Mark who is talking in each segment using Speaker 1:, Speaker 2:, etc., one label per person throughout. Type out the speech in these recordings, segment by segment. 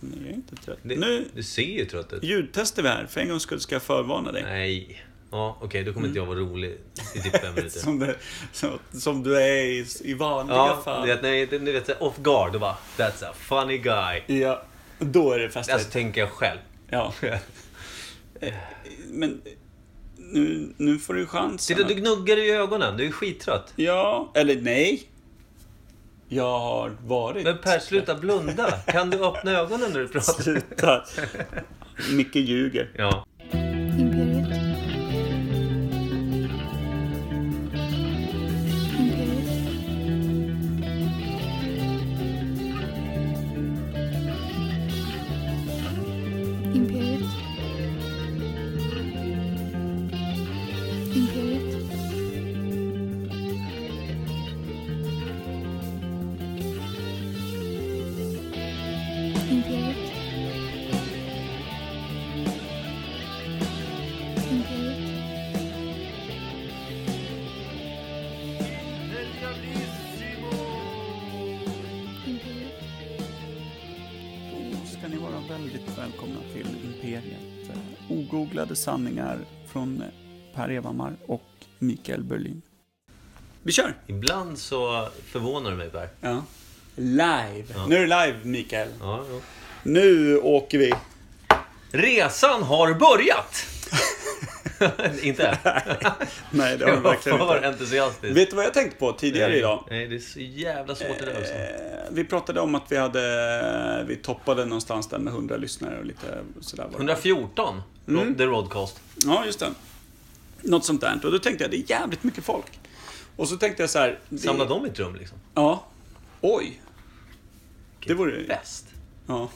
Speaker 1: Men jag är inte trött.
Speaker 2: Det,
Speaker 1: Nu
Speaker 2: Du ser ju trött ut.
Speaker 1: ljudtestar vi här. För en gångs skull ska jag förvarna dig.
Speaker 2: Nej. Ja, okej, då kommer inte jag vara rolig i typ fem minuter.
Speaker 1: Som, det, som, som du är i, i vanliga
Speaker 2: ja,
Speaker 1: fall.
Speaker 2: du vet, nej, du vet, så här, off guard och bara That's a funny guy.
Speaker 1: Ja, då är det festligt.
Speaker 2: Alltså, tänker jag själv.
Speaker 1: ja. Eh, Men nu, nu får du chansen.
Speaker 2: Titta, du gnuggar i ögonen. Du är skittrött.
Speaker 1: Ja, eller nej. Jag har varit...
Speaker 2: Men Per, sluta blunda. Kan du öppna ögonen när du pratar?
Speaker 1: Sluta. Micke ljuger.
Speaker 2: Ja.
Speaker 3: Imperiet. Imperiet. Imperiet. Imperiet. Imperiet. 네, Imperiet. Imperiet.
Speaker 1: Då ska ni vara väldigt välkomna till Imperiet. Eh, Ogooglade sanningar från eh, Per Evhammar och Mikael Berlin. Vi kör!
Speaker 2: Ibland så förvånar du mig, Per.
Speaker 1: Ja. Live.
Speaker 2: Ja.
Speaker 1: Nu är det live, Mikael.
Speaker 2: Ja, ja.
Speaker 1: Nu åker vi.
Speaker 2: Resan har börjat! inte?
Speaker 1: Nej, det har
Speaker 2: Det
Speaker 1: vi
Speaker 2: var
Speaker 1: verkligen
Speaker 2: för
Speaker 1: inte.
Speaker 2: entusiastiskt.
Speaker 1: Vet du vad jag tänkte på tidigare idag?
Speaker 2: Nej, det är så jävla svårt det där också.
Speaker 1: Eh, Vi pratade om att vi hade, vi toppade någonstans där med 100 lyssnare och lite sådär. Var det.
Speaker 2: 114, mm. The Rodcast.
Speaker 1: Ja, just det. Något sånt där. Och då tänkte jag, det är jävligt mycket folk. Och så tänkte jag så här. Det,
Speaker 2: Samla dem i ett rum liksom.
Speaker 1: Ja. Oj. Det vore...
Speaker 2: Bäst.
Speaker 1: Ja.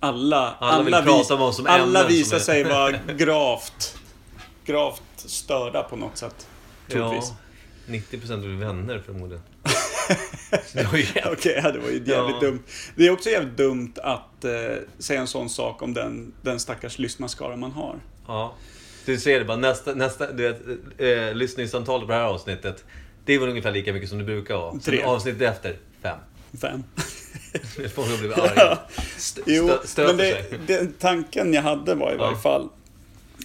Speaker 1: Alla,
Speaker 2: Alla vill prata om vad som
Speaker 1: alla
Speaker 2: ämnen som
Speaker 1: visar
Speaker 2: är-
Speaker 1: sig vara gravt, gravt störda på något sätt.
Speaker 2: Ja,
Speaker 1: Troligtvis.
Speaker 2: 90% av vänner förmodligen. Det var ju jävligt-
Speaker 1: Okej, ja, det var ju jävligt
Speaker 2: Ja.
Speaker 1: dumt. Det är också jävligt dumt att eh, säga en sån sak om den, den stackars lyssnarskara man har.
Speaker 2: ja. Du ser det bara, nästa, nästa du vet, eh, lyssningsantalet på det här avsnittet. Det var ungefär lika mycket som det brukar vara.
Speaker 1: Tre.
Speaker 2: Sen avsnittet efter, fem.
Speaker 1: Fem.
Speaker 2: Folk har blivit arga. Stö,
Speaker 1: Jo,
Speaker 2: stö, stöter
Speaker 1: men det,
Speaker 2: sig.
Speaker 1: den tanken jag hade var i varje
Speaker 2: Ja.
Speaker 1: fall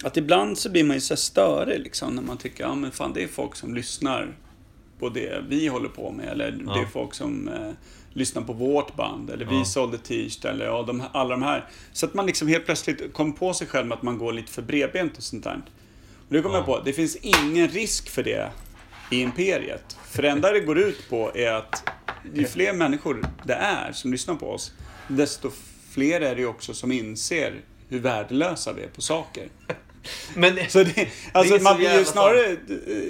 Speaker 1: att ibland så blir man ju så här störig liksom när man tycker, ja men fan det är folk som lyssnar på det vi håller på med eller det är
Speaker 2: Ja.
Speaker 1: folk som eh, lyssnar på vårt band eller vi
Speaker 2: Ja.
Speaker 1: sålde t-shirt eller ja, de, här- alla de här. Så att man liksom helt plötsligt kom på sig själv med att man går lite för bredbent och sånt där. Och det kom jag på, det finns ingen risk för det i Imperiet. För det enda det går ut på är att ju fler människor det är som lyssnar på oss, desto fler är det ju också som inser hur värdelösa vi är på saker.
Speaker 2: Men,
Speaker 1: Så det, alltså
Speaker 2: Det är så
Speaker 1: man blir ju
Speaker 2: jävla
Speaker 1: snarare, eh,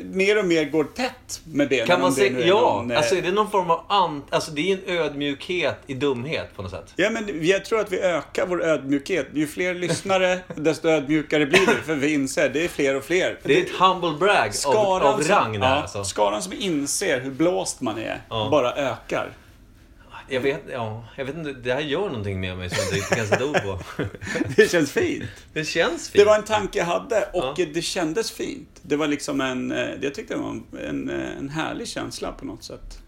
Speaker 1: mer och mer går tätt med benen.
Speaker 2: Kan
Speaker 1: om
Speaker 2: man
Speaker 1: det nu
Speaker 2: säga,
Speaker 1: är
Speaker 2: ja,
Speaker 1: någon, eh,
Speaker 2: alltså är det någon form av ant... Alltså det är en ödmjukhet i dumhet på något sätt.
Speaker 1: Ja, men jag tror att vi ökar vår ödmjukhet. Ju fler lyssnare, desto ödmjukare blir vi. För vi inser, det är fler och fler.
Speaker 2: Det är ett humble brag av, av rang
Speaker 1: som,
Speaker 2: där
Speaker 1: ja,
Speaker 2: alltså.
Speaker 1: skaran som inser hur blåst man är,
Speaker 2: Ja.
Speaker 1: bara ökar.
Speaker 2: Jag vet, ja, jag vet inte, det här gör någonting med mig som jag inte riktigt kan sätta ord på.
Speaker 1: Det känns fint.
Speaker 2: Det känns fint.
Speaker 1: Det var en tanke jag hade och det kändes fint. Det var liksom en, eh, jag tyckte det var en, en, eh, en härlig känsla på något sätt.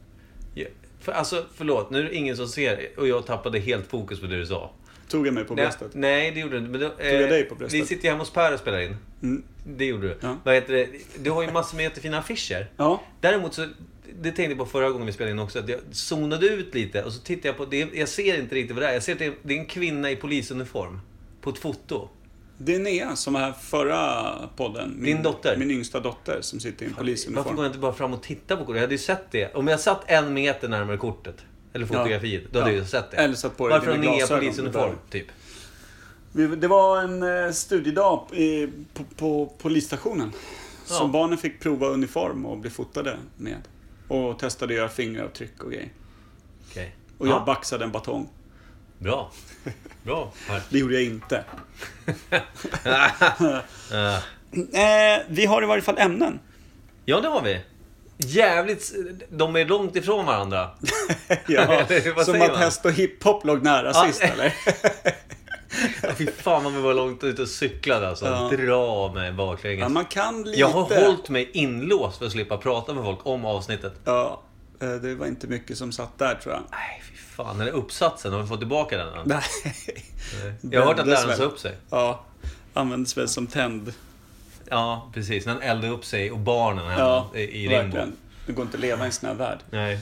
Speaker 2: Ja, För, alltså, förlåt, nu är det ingen som ser och jag tappade helt fokus på det du sa.
Speaker 1: Tog jag mig på
Speaker 2: Nej,
Speaker 1: bröstet.
Speaker 2: nej, det gjorde du inte. Men då, eh,
Speaker 1: jag dig på bröstet?
Speaker 2: vi sitter ju hemma hos Per och spelar in.
Speaker 1: Mm.
Speaker 2: Det gjorde du.
Speaker 1: Ja.
Speaker 2: Vad heter det? Du har ju massor med jättefina affischer.
Speaker 1: Ja.
Speaker 2: Däremot så, det tänkte jag på förra gången vi spelade in också, att jag zonade ut lite och så tittade jag på, det, jag ser inte riktigt vad det är. Jag ser att det är, det är en kvinna i polisuniform. På ett foto.
Speaker 1: Det är Nea som var här förra podden. Min,
Speaker 2: Din dotter?
Speaker 1: Min yngsta dotter som sitter i en
Speaker 2: Varför
Speaker 1: polisuniform.
Speaker 2: går jag inte bara fram och tittar på kortet? Jag hade ju sett det. Om jag satt en meter närmare kortet, eller fotografiet, då hade
Speaker 1: Ja.
Speaker 2: jag ju sett det.
Speaker 1: Eller satt på dig
Speaker 2: Varför har
Speaker 1: dina
Speaker 2: ni
Speaker 1: glasögon?
Speaker 2: polisuniform, typ?
Speaker 1: Vi- Det var en eh, studiedag eh, på, på polisstationen.
Speaker 2: Ja.
Speaker 1: Som barnen fick prova uniform och bli fotade med. Och testade att göra fingeravtryck och grejer.
Speaker 2: Okej.
Speaker 1: Och jag
Speaker 2: ja,
Speaker 1: baxade en batong.
Speaker 2: Bra. Bra. Per.
Speaker 1: Det gjorde jag inte.
Speaker 2: Eh,
Speaker 1: Eh, vi har i varje fall ämnen.
Speaker 2: ja, det har vi. Jävligt... De är långt ifrån varandra.
Speaker 1: Ja,
Speaker 2: Vad
Speaker 1: som
Speaker 2: säger
Speaker 1: att
Speaker 2: man?
Speaker 1: häst och hiphop låg nära
Speaker 2: Ja.
Speaker 1: sist eller?
Speaker 2: Ja, Fy fan vad vi var långt ute och cyklade alltså.
Speaker 1: Ja.
Speaker 2: Dra mig
Speaker 1: Ja,
Speaker 2: baklänges.
Speaker 1: man kan lite.
Speaker 2: jag har hållit mig inlåst för att slippa prata med folk om avsnittet.
Speaker 1: Ja, eh, det var inte mycket som satt där tror jag.
Speaker 2: Nej, fy fan. Den där uppsatsen, har vi fått tillbaka den? än?
Speaker 1: Nej.
Speaker 2: Jag har hört att
Speaker 1: Brändes
Speaker 2: läraren sa
Speaker 1: väl.
Speaker 2: upp sig.
Speaker 1: Ja, användes väl som tänd.
Speaker 2: Ja, precis. När han eldade upp sig och barnen hemma
Speaker 1: Ja,
Speaker 2: i i Rimbo.
Speaker 1: verkligen. Det går inte att leva i en sån här värld.
Speaker 2: Nej.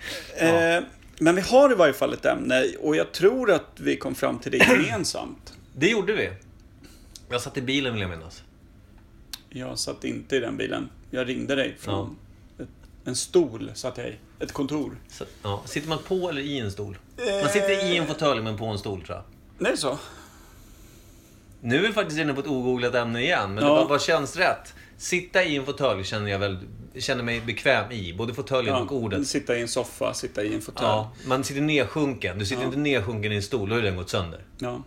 Speaker 1: Eh, men vi har i varje fall ett ämne och jag tror att vi kom fram till det gemensamt.
Speaker 2: Det gjorde vi. Jag satt i bilen vill jag minnas.
Speaker 1: Jag satt inte i den bilen. Jag ringde dig från ett, en stol, satt jag i. Ett kontor.
Speaker 2: Så, ja. Sitter man på eller i en stol? Man sitter i en fåtölj men på en stol tror jag.
Speaker 1: Nej så?
Speaker 2: Nu är vi faktiskt inne på ett ogooglat ämne igen, men
Speaker 1: Ja.
Speaker 2: vad, vad känns rätt? Sitta i en fåtölj känner jag väl, känner mig bekväm i. Både fåtöljen och ordet.
Speaker 1: Sitta i en soffa, sitta i en fåtölj.
Speaker 2: Ja, man sitter nedsjunken. Du sitter inte nedsjunken i en stol, då har ju den gått sönder.
Speaker 1: Ja.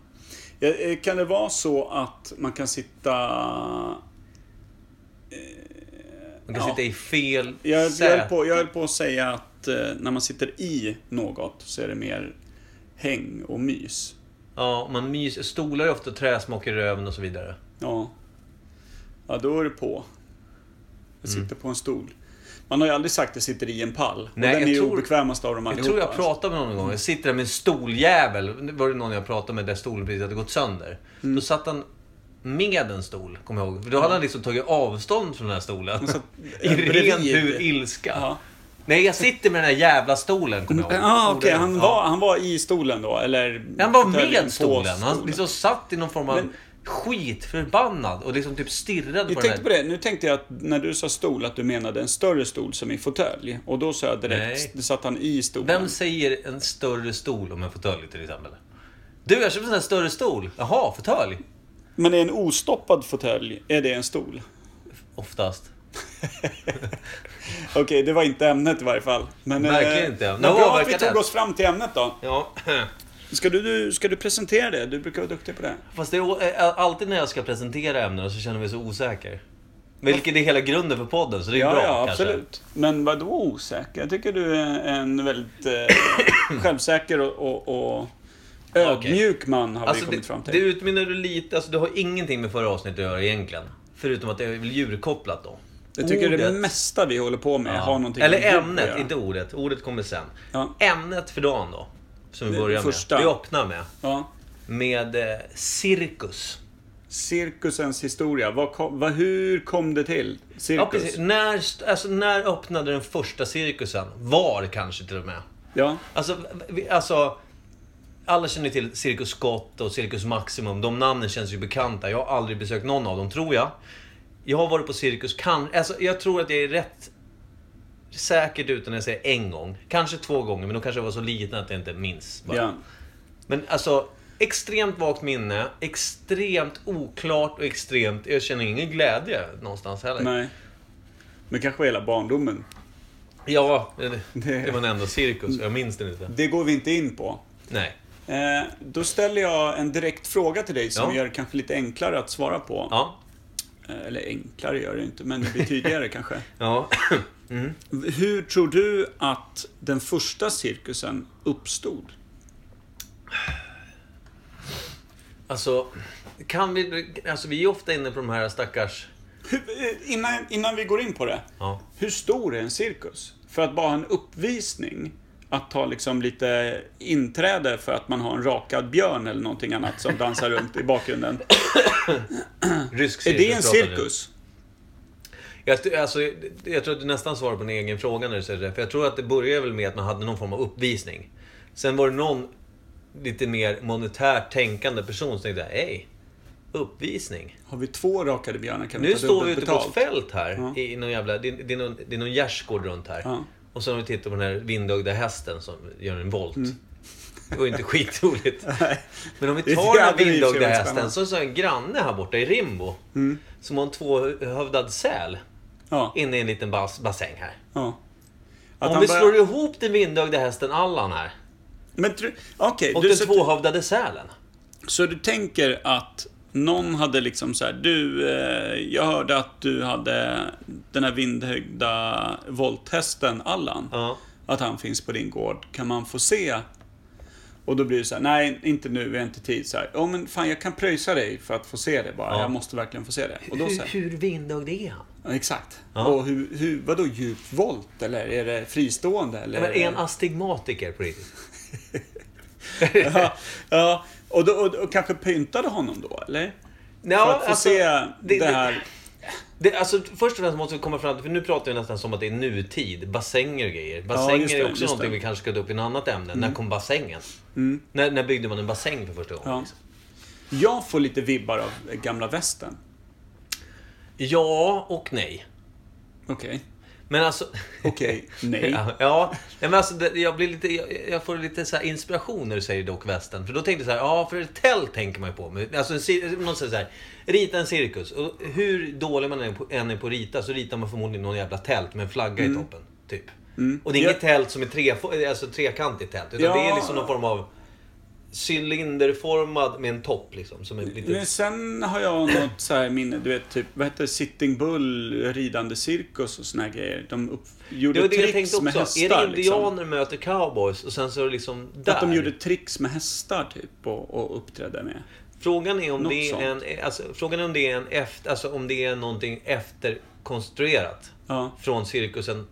Speaker 1: Eh, eh, Kan det vara så att man kan sitta...
Speaker 2: Man kan
Speaker 1: Ja.
Speaker 2: sitta i fel
Speaker 1: Jag, jag, höll
Speaker 2: säte.
Speaker 1: på, jag höll på att säga att eh, när man sitter i något så är det mer häng och mys.
Speaker 2: Ja, och man myser. Stolar är ofta träsmak i röven och så vidare.
Speaker 1: Ja. Ja, då är det på. Jag
Speaker 2: Mm.
Speaker 1: sitter på en stol. Man har ju aldrig sagt att jag sitter i en pall.
Speaker 2: Nej,
Speaker 1: och den
Speaker 2: jag
Speaker 1: är ju
Speaker 2: tror-
Speaker 1: obekvämast av dem
Speaker 2: Jag
Speaker 1: allihopa.
Speaker 2: tror jag pratade med någon gång. Jag sitter där med en stoljävel. Det Var det någon jag pratade med där stolen precis hade gått sönder.
Speaker 1: Mm.
Speaker 2: Då satt han med en stol, kommer jag ihåg. För då hade han liksom tagit avstånd från den här stolen.
Speaker 1: satt
Speaker 2: I
Speaker 1: bredvid.
Speaker 2: ren pur ilska.
Speaker 1: Ja.
Speaker 2: Nej, jag sitter med den här jävla stolen, kommer jag ihåg.
Speaker 1: Ah, okej.
Speaker 2: Gjorde jag.
Speaker 1: Han,
Speaker 2: Ja.
Speaker 1: var, han var i stolen då, eller?
Speaker 2: Han var
Speaker 1: fåtöljen på
Speaker 2: med stolen. Han liksom satt i någon form av
Speaker 1: Men-
Speaker 2: skitförbannad och liksom typ stirrade
Speaker 1: Jag
Speaker 2: på
Speaker 1: tänkte
Speaker 2: den
Speaker 1: på
Speaker 2: där.
Speaker 1: det. Nu tänkte jag att när du sa stol, att du menade en större stol som i fåtölj. Och då sa jag direkt,
Speaker 2: Nej.
Speaker 1: satt han i stolen.
Speaker 2: Vem säger en större stol om en fåtölj till exempel? Du, jag köpte en sån här större stol. Jaha, fåtölj?
Speaker 1: Men är en ostoppad fåtölj, är det en stol?
Speaker 2: Oftast.
Speaker 1: Okej, det var inte ämnet i varje fall. Men, eh,
Speaker 2: Verkligen inte.
Speaker 1: Men
Speaker 2: Nå,
Speaker 1: bra att vi
Speaker 2: verkar
Speaker 1: tog
Speaker 2: det.
Speaker 1: oss fram till ämnet då.
Speaker 2: Ja.
Speaker 1: Ska du, du, ska du presentera det? Du brukar vara duktig på det.
Speaker 2: Fast det är, o- eh, alltid när jag ska presentera ämnen så känner jag mig så osäker. Vilket är hela grunden för podden, så det är
Speaker 1: Ja,
Speaker 2: bra
Speaker 1: ja,
Speaker 2: kanske.
Speaker 1: absolut. Men vad då osäker? Jag tycker du är en väldigt eh, självsäker och, och, och ödmjuk man har vi
Speaker 2: Alltså,
Speaker 1: kommit fram
Speaker 2: det,
Speaker 1: till.
Speaker 2: det utmynnar du lite, alltså du har ingenting med förra avsnittet att göra egentligen. Förutom att det är väl djurkopplat då.
Speaker 1: jag tycker det
Speaker 2: Ordet.
Speaker 1: mesta vi håller på med
Speaker 2: Ja.
Speaker 1: har någonting med
Speaker 2: Eller
Speaker 1: djur att
Speaker 2: ämnet,
Speaker 1: göra.
Speaker 2: inte ordet. Ordet kommer sen.
Speaker 1: Ja.
Speaker 2: Ämnet för dagen då. Som vi
Speaker 1: Det
Speaker 2: börjar
Speaker 1: första.
Speaker 2: med. Vi öppnar med.
Speaker 1: Ja.
Speaker 2: Med eh, cirkus.
Speaker 1: Cirkusens historia. Vad kom, vad, hur kom det till?
Speaker 2: Ja,
Speaker 1: Cirkus?
Speaker 2: precis. När, st- alltså, när öppnade den första cirkusen? Var kanske till och med.
Speaker 1: Ja,
Speaker 2: Alltså, vi, alltså... Alla känner till Cirkus Scott och Cirkus Maximum. De namnen känns ju bekanta. Jag har aldrig besökt någon av dem, tror jag. Jag har varit på Cirkus kan, alltså, Jag tror att jag är rätt säkert ute när jag säger en gång. Kanske två gånger, men då kanske jag var så liten att jag inte minns. bara.
Speaker 1: ja.
Speaker 2: Men alltså, extremt vagt minne, extremt oklart och extremt... Jag känner ingen glädje någonstans heller.
Speaker 1: Nej. Men kanske hela barndomen.
Speaker 2: Ja, det, det var en enda cirkus. Jag minns den inte.
Speaker 1: Det går vi inte in på.
Speaker 2: Nej.
Speaker 1: Eh, då ställer jag en direkt fråga till dig som
Speaker 2: Ja.
Speaker 1: gör det kanske lite enklare att svara på.
Speaker 2: Ja.
Speaker 1: Eh, Eller enklare gör det inte, men det blir tydligare kanske.
Speaker 2: Ja.
Speaker 1: Hur tror du att den första cirkusen uppstod?
Speaker 2: Alltså, kan vi... Alltså vi är ofta inne på de här stackars...
Speaker 1: Hur, eh, innan, innan vi går in på det.
Speaker 2: Ja.
Speaker 1: Hur stor är en cirkus? För att bara ha en uppvisning, att ta liksom lite inträde för att man har en rakad björn eller någonting annat som dansar runt i bakgrunden.
Speaker 2: Rysk
Speaker 1: Är
Speaker 2: cirkus.
Speaker 1: det en
Speaker 2: pratar vi nu.
Speaker 1: cirkus?
Speaker 2: Jag, tror- alltså, jag tror att du nästan svarar på din egen fråga när du säger det. För jag tror att det började väl med att man hade någon form av uppvisning. Sen var det någon lite mer monetärt tänkande person som tänkte, hej, uppvisning.
Speaker 1: Har vi två rakade björnar kan vi
Speaker 2: Nu
Speaker 1: ta
Speaker 2: står vi
Speaker 1: dubbelt
Speaker 2: ute på ett
Speaker 1: betalt.
Speaker 2: fält här. I någon jävla, det, är- det, är någon, det är någon gärdsgård runt här.
Speaker 1: Ja.
Speaker 2: Och så har vi tittat på den här vindögda hästen som gör en volt.
Speaker 1: Mm.
Speaker 2: Det var ju inte skitroligt. Men om vi
Speaker 1: Det
Speaker 2: tar den här
Speaker 1: hade i och för sig
Speaker 2: vindögda
Speaker 1: varit
Speaker 2: hästen
Speaker 1: spännande.
Speaker 2: så är det en granne här borta i Rimbo. Som har en tvåhövdad säl.
Speaker 1: Ja,
Speaker 2: Inne i en liten bas, bassäng här.
Speaker 1: ja. Att
Speaker 2: om
Speaker 1: han
Speaker 2: vi
Speaker 1: börjar-
Speaker 2: slår ihop den vindögda hästen Allan här.
Speaker 1: Men tr- okej,
Speaker 2: Och
Speaker 1: du,
Speaker 2: den
Speaker 1: så,
Speaker 2: tvåhövdade sälen.
Speaker 1: så du tänker att någon hade liksom så här, du, eh, jag hörde att du hade den här vindhögda volthästen Allan.
Speaker 2: Ja.
Speaker 1: Att han finns på din gård, kan man få se? Och då blir det så här, nej inte nu, vi har inte tid. Så här, ja men fan jag kan pröjsa dig för att få se det bara,
Speaker 2: Ja.
Speaker 1: jag måste verkligen få se det. Och då så
Speaker 2: Hur,
Speaker 1: här,
Speaker 2: hur vindögd är han?
Speaker 1: ja, exakt.
Speaker 2: Ja.
Speaker 1: Och hur, hur, vadå djup volt eller är det fristående? Eller
Speaker 2: Men är han astigmatiker på riktigt?
Speaker 1: ja, ja, Och, då, och, och kanske pyntade honom då, eller?
Speaker 2: Ja, alltså,
Speaker 1: För att få se det, här.
Speaker 2: Det, alltså, först och främst måste vi komma fram till, för nu pratar vi nästan som att det är nutid. Bassänger och grejer. Bassänger
Speaker 1: just det,
Speaker 2: är också
Speaker 1: just
Speaker 2: någonting
Speaker 1: det. Mm.
Speaker 2: vi kanske ska ta upp i en annat ämne. När kom bassängen? När, när byggde man en bassäng för första gången?
Speaker 1: Ja.
Speaker 2: liksom?
Speaker 1: Jag får lite vibbar av gamla västern.
Speaker 2: ja och nej.
Speaker 1: Okej.
Speaker 2: Men alltså...
Speaker 1: Okej. Nej.
Speaker 2: Ja, ja, Nej, men alltså, det- jag, blir lite, jag, jag får lite så här inspiration när du säger dock västern. För då tänkte jag så här, ja för ett tält tänker man ju på. Men Alltså, en cir- någon säger så här, rita en cirkus. Och hur dålig man än är på- än är på att rita så ritar man förmodligen någon jävla tält med en flagga i toppen. Typ. Och det är
Speaker 1: Mm. Ja.
Speaker 2: inget tält som är tre, alltså, trekantigt tält. Utan
Speaker 1: Ja.
Speaker 2: det är liksom någon form av cylinderformad med en topp liksom. Som är lite...
Speaker 1: Men sen har jag något så här minne, du vet typ, vad heter det? Sitting Bull, ridande cirkus och såna här grejer. De upp, gjorde
Speaker 2: det var det jag tänkte
Speaker 1: tricks
Speaker 2: också.
Speaker 1: med hästar.
Speaker 2: är det
Speaker 1: liksom.
Speaker 2: indianer möter cowboys och sen så är det liksom där?
Speaker 1: Att de gjorde tricks med hästar typ och, och uppträdde med.
Speaker 2: Frågan är om
Speaker 1: Något
Speaker 2: det är en,
Speaker 1: sånt.
Speaker 2: alltså, frågan är om det är en efter, alltså om det är någonting efterkonstruerat
Speaker 1: Ja.
Speaker 2: från cirkusens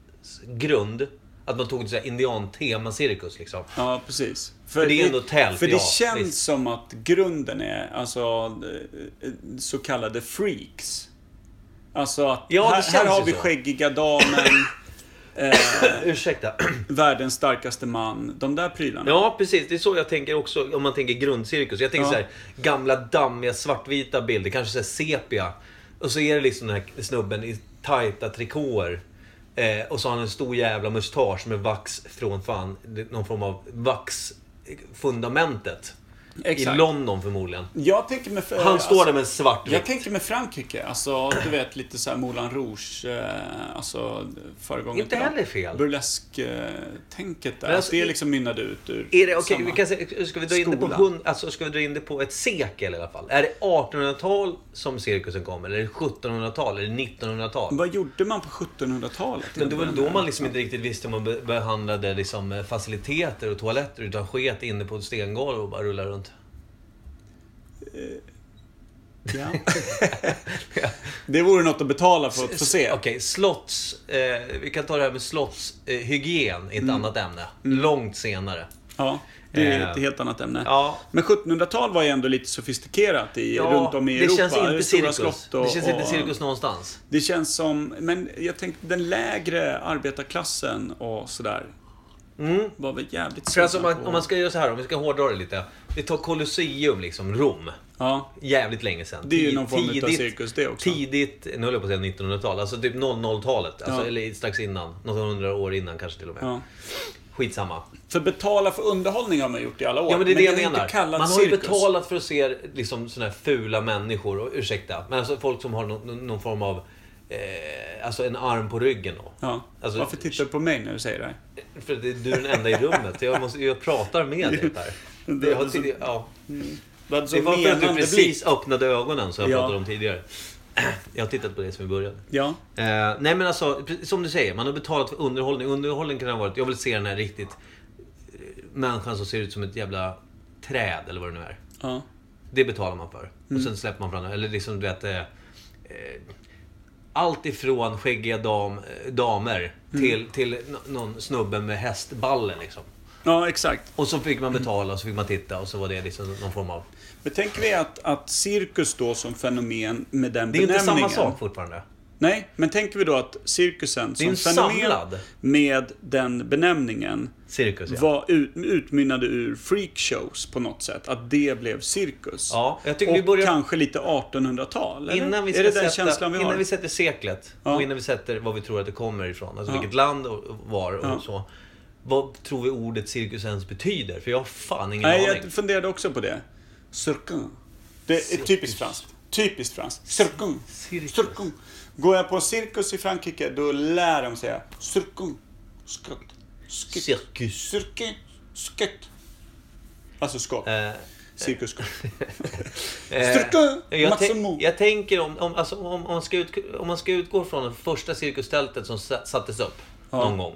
Speaker 2: grund. Att man tog en sån här indiantemacirkus liksom.
Speaker 1: Ja, precis.
Speaker 2: För det är ändå tält,
Speaker 1: För det
Speaker 2: ja,
Speaker 1: känns
Speaker 2: visst.
Speaker 1: som att grunden är alltså eh, eh, så kallade freaks. Alltså att
Speaker 2: Ja, det
Speaker 1: här, här
Speaker 2: känns
Speaker 1: har
Speaker 2: ju
Speaker 1: vi
Speaker 2: så.
Speaker 1: skäggiga damen, eh,
Speaker 2: Ursäkta.
Speaker 1: världens starkaste man, de där prylarna.
Speaker 2: Ja, precis. Det är så jag tänker också om man tänker grundcirkus. Jag tänker
Speaker 1: Ja.
Speaker 2: så här, gamla dammiga svartvita bilder, kanske så här sepia. Och så är det liksom den här snubben i tajta trikåer. Eh, och så har han en stor jävla mustasch med vax från fan, någon form av vaxfundamentet.
Speaker 1: Exakt.
Speaker 2: I London förmodligen.
Speaker 1: Jag tänker med...
Speaker 2: Han står där
Speaker 1: alltså,
Speaker 2: med en svart
Speaker 1: Jag
Speaker 2: vikt.
Speaker 1: tänker med Frankrike, alltså du vet lite såhär Moulin Rouge, eh, alltså föregångaren
Speaker 2: Inte
Speaker 1: till dem.
Speaker 2: heller fel.
Speaker 1: Burlesk-tänket eh, där.
Speaker 2: Men alltså,
Speaker 1: det
Speaker 2: i-
Speaker 1: liksom mynnade ut ur
Speaker 2: Är det, okay,
Speaker 1: samma-
Speaker 2: vi kan säga, ska, vi dra in det på
Speaker 1: skola.
Speaker 2: hund, alltså, ska vi dra in det på ett sekel i alla fall? Är det 1800-tal som cirkusen kom? Eller är det 1700-tal? Eller 1900-tal?
Speaker 1: Vad gjorde man på 1700-talet?
Speaker 2: Men det var väl då man liksom inte riktigt visste hur man be- behandlade liksom eh, faciliteter och toaletter utan sket inne på ett stengolv och bara rullade runt.
Speaker 1: Ja. det vore något att betala för att få se.
Speaker 2: Okej, slotts... Eh, vi kan ta det här med slottshygien eh, hygien
Speaker 1: Mm.
Speaker 2: i ett annat ämne. Långt senare.
Speaker 1: Ja, det är
Speaker 2: Eh,
Speaker 1: ett helt annat ämne.
Speaker 2: ja.
Speaker 1: Men 1700-tal var ju ändå lite sofistikerat i, runt om i
Speaker 2: det
Speaker 1: Europa.
Speaker 2: känns
Speaker 1: Stora
Speaker 2: inte cirkus.
Speaker 1: slott och,
Speaker 2: det känns inte
Speaker 1: och-
Speaker 2: cirkus någonstans.
Speaker 1: Det känns som, men jag tänkte den lägre arbetarklassen och sådär. Var väl jävligt
Speaker 2: Mm. För alltså, om
Speaker 1: sugna
Speaker 2: man,
Speaker 1: på-
Speaker 2: om man ska göra så här, om vi ska hårdra det lite. Vi tar Colosseum, liksom Rom.
Speaker 1: Ja,
Speaker 2: Jävligt länge sedan.
Speaker 1: Det är ju
Speaker 2: Tid-
Speaker 1: någon form utav cirkus det också.
Speaker 2: Tidigt, nu höll jag på att säga 1900-tal, alltså typ 00-talet. Alltså,
Speaker 1: Ja.
Speaker 2: Eller strax innan, något hundra år innan kanske till och med.
Speaker 1: ja.
Speaker 2: Skitsamma.
Speaker 1: För betala för underhållning har man gjort i alla år.
Speaker 2: Ja men det är det jag
Speaker 1: inte
Speaker 2: menar.
Speaker 1: kallad
Speaker 2: Man har ju
Speaker 1: cirkus.
Speaker 2: betalat för att se liksom såna här fula människor, och, ursäkta. Men alltså folk som har någon, någon form av, eh, alltså en arm på ryggen då.
Speaker 1: Ja.
Speaker 2: Alltså-
Speaker 1: Varför tittar du på mig när du säger det här?
Speaker 2: För det, du är den enda i rummet. Jag, måste, jag pratar med dig där. Det, jag, har tidigare- ja.
Speaker 1: Vad så
Speaker 2: det var för att du
Speaker 1: menande
Speaker 2: precis öppnade ögonen som jag
Speaker 1: Ja.
Speaker 2: pratade om tidigare. Jag har tittat på det som vi började.
Speaker 1: Ja.
Speaker 2: Eh, nej men alltså, pre- som du säger, man har betalat för underhållning. Underhållning kan ha varit, jag vill se den här riktigt eh, människan som ser ut som ett jävla träd eller vad det nu är.
Speaker 1: ja.
Speaker 2: Det betalar man för. Och sen släpper man fram det. Eller liksom, du vet... Eh, eh, allt ifrån skäggiga dam, eh, damer till, till n- någon snubbe med hästballen liksom.
Speaker 1: Ja, exakt.
Speaker 2: Och så fick man betala och så fick man titta och så var det liksom någon form av...
Speaker 1: Men tänker vi att, att cirkus då som fenomen med den
Speaker 2: Det är ju inte
Speaker 1: benämningen.
Speaker 2: samma sak fortfarande.
Speaker 1: Nej, men tänker vi då att cirkusen
Speaker 2: Det är
Speaker 1: som
Speaker 2: en
Speaker 1: fenomen
Speaker 2: samlad
Speaker 1: med den benämningen
Speaker 2: cirkus. Ja.
Speaker 1: var ut, utmynnade ur freakshows på något sätt. Att det blev cirkus.
Speaker 2: Ja, jag tycker
Speaker 1: och
Speaker 2: vi börjar-
Speaker 1: kanske lite 1800-tal. eller?
Speaker 2: Innan vi,
Speaker 1: är
Speaker 2: ska
Speaker 1: det den
Speaker 2: sätta,
Speaker 1: känslan vi har?
Speaker 2: innan vi sätter seklet
Speaker 1: Ja.
Speaker 2: och innan vi sätter vad vi tror att det kommer ifrån. Alltså
Speaker 1: Ja.
Speaker 2: vilket land och och var och
Speaker 1: Ja.
Speaker 2: så. Vad tror vi ordet cirkus ens betyder? För jag har fan ingen
Speaker 1: Nej,
Speaker 2: aning.
Speaker 1: jag funderade också på det. Cirkun. Det är typiskt franskt. Typiskt franskt. Cirkun.
Speaker 2: Cirkus.
Speaker 1: Cirkun. Går jag på en cirkus i Frankrike, då lär de säga cirkun. Skott. Skott.
Speaker 2: Cirkus.
Speaker 1: Cirke. Skott. Alltså skott.
Speaker 2: Eh,
Speaker 1: Cirkusskott.
Speaker 2: Eh,
Speaker 1: Styrka,
Speaker 2: jag,
Speaker 1: Maximo.
Speaker 2: tän- jag tänker om, om, alltså, om, om, man ska ut, om man ska utgå från det första cirkustältet som sa- sattes upp
Speaker 1: Ja.
Speaker 2: någon gång.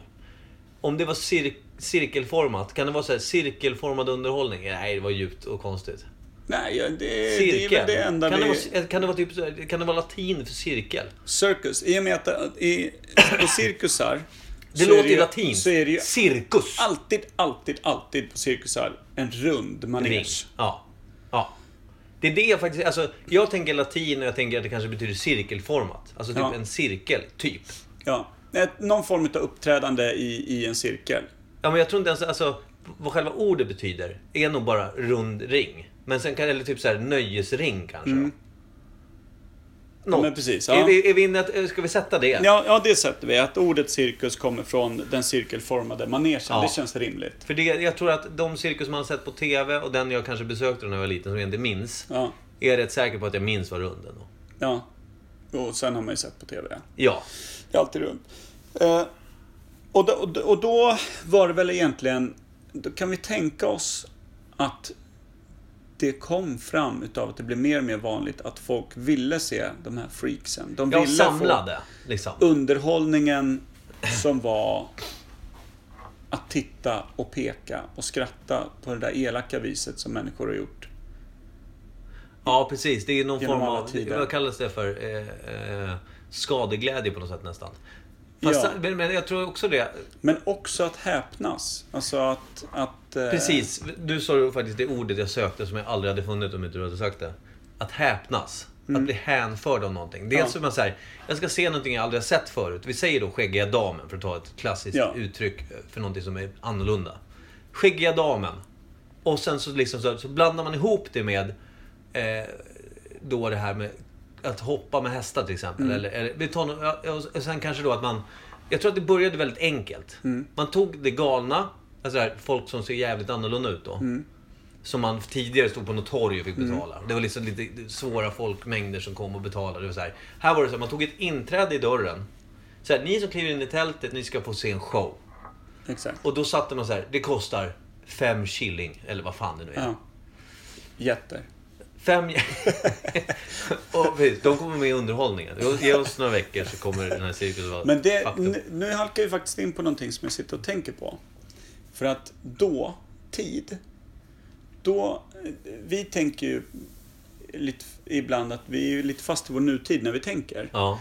Speaker 2: Om det var cir, cirkelformat, kan det vara så här cirkelformad underhållning? Nej, det var djupt och konstigt.
Speaker 1: Nej, ja, det, det är
Speaker 2: Cirkel.
Speaker 1: väl det enda
Speaker 2: kan, det
Speaker 1: vi...
Speaker 2: vara, kan, det vara typ, så här- kan det vara latin för cirkel?
Speaker 1: Cirkus. I och med att det- i, på cirkusar...
Speaker 2: Det
Speaker 1: så är
Speaker 2: låter ju
Speaker 1: ju-
Speaker 2: latin.
Speaker 1: Så är det ju
Speaker 2: Cirkus.
Speaker 1: alltid, alltid, alltid på cirkusar en rund manege.
Speaker 2: Ja. Ja. Det är det jag faktiskt... Alltså, jag tänker latin och jag tänker att det kanske betyder cirkelformat. Alltså typ
Speaker 1: Ja.
Speaker 2: en cirkel, typ.
Speaker 1: Ja. Ett, någon form av uppträdande i, i en cirkel.
Speaker 2: Ja, men jag tror inte ens... Alltså, vad själva ordet betyder är nog bara rund ring. Men sen kan... Eller typ så här nöjesring kanske. Mm.
Speaker 1: Ja, men precis, ja.
Speaker 2: Är, vi, är vi inne att, eh, Ska vi sätta det?
Speaker 1: Ja, ja, det sätter vi. Att ordet cirkus kommer från den cirkelformade manegen.
Speaker 2: Ja.
Speaker 1: Det känns rimligt.
Speaker 2: För det, jag tror att de cirkus man har sett på TV och den jag kanske besökte när jag var liten som jag inte minns.
Speaker 1: Ja.
Speaker 2: Är jag rätt säker på att jag minns var runden då.
Speaker 1: ja. Och sen har man ju sett på TV. ja.
Speaker 2: Ja.
Speaker 1: Det är alltid runt. Eh, och, då, och då- och då var det väl egentligen... Då kan vi tänka oss att det kom fram utav att det blev mer och mer vanligt att folk ville se de här freaksen. De ville
Speaker 2: Jag
Speaker 1: få-
Speaker 2: samlade liksom.
Speaker 1: underhållningen som var att titta och peka och skratta på det där elaka viset som människor har gjort.
Speaker 2: Ja, precis. Det är någon
Speaker 1: Genom
Speaker 2: form
Speaker 1: alla
Speaker 2: av...
Speaker 1: tider.
Speaker 2: Vad kallas det för? Eh, eh, skadeglädje på något sätt nästan. Fast,
Speaker 1: Ja. Eh.
Speaker 2: men, men jag tror också det.
Speaker 1: Men också att häpnas. Alltså att... att eh,
Speaker 2: Precis. Du sa ju faktiskt det ordet jag sökte som jag aldrig hade funnit om inte du hade sagt det. Att häpnas. Att bli hänförd av någonting. Dels
Speaker 1: Mm. Ja.
Speaker 2: så är man såhär, jag ska se någonting jag aldrig har sett förut. Vi säger då skäggiga damen, för att ta ett klassiskt
Speaker 1: Ja.
Speaker 2: uttryck för någonting som är annorlunda. Skäggiga damen. Och sen så, liksom så, så blandar man ihop det med eh, då det här med att hoppa med hästar till exempel. Eller, eller, vi tar, nå- ja, och och sen kanske då att man... Jag tror att det började väldigt enkelt. Man tog det galna, alltså det här, folk som ser jävligt annorlunda ut då. Som man tidigare stod på något torg och fick
Speaker 1: Mm.
Speaker 2: betala. Det var liksom lite svåra folkmängder som kom och betalade. Det var så här. här var det så här, man tog ett inträde i dörren. Så här, ni som kliver in i tältet, ni ska få se en show.
Speaker 1: Exakt.
Speaker 2: Och då satte man så här, det kostar fem shilling, eller vad fan det nu är.
Speaker 1: Ja. Jätter.
Speaker 2: Fem... och precis, de kommer med i underhållningen. Ge oss några veckor så kommer den här cirkusen vara
Speaker 1: Men det,
Speaker 2: faktum.
Speaker 1: nu, nu halkar vi faktiskt in på någonting som jag sitter och tänker på. För att då, tid, då, eh, vi tänker ju lite, ibland att vi är ju lite fast i vår nutid när vi tänker.
Speaker 2: Ja.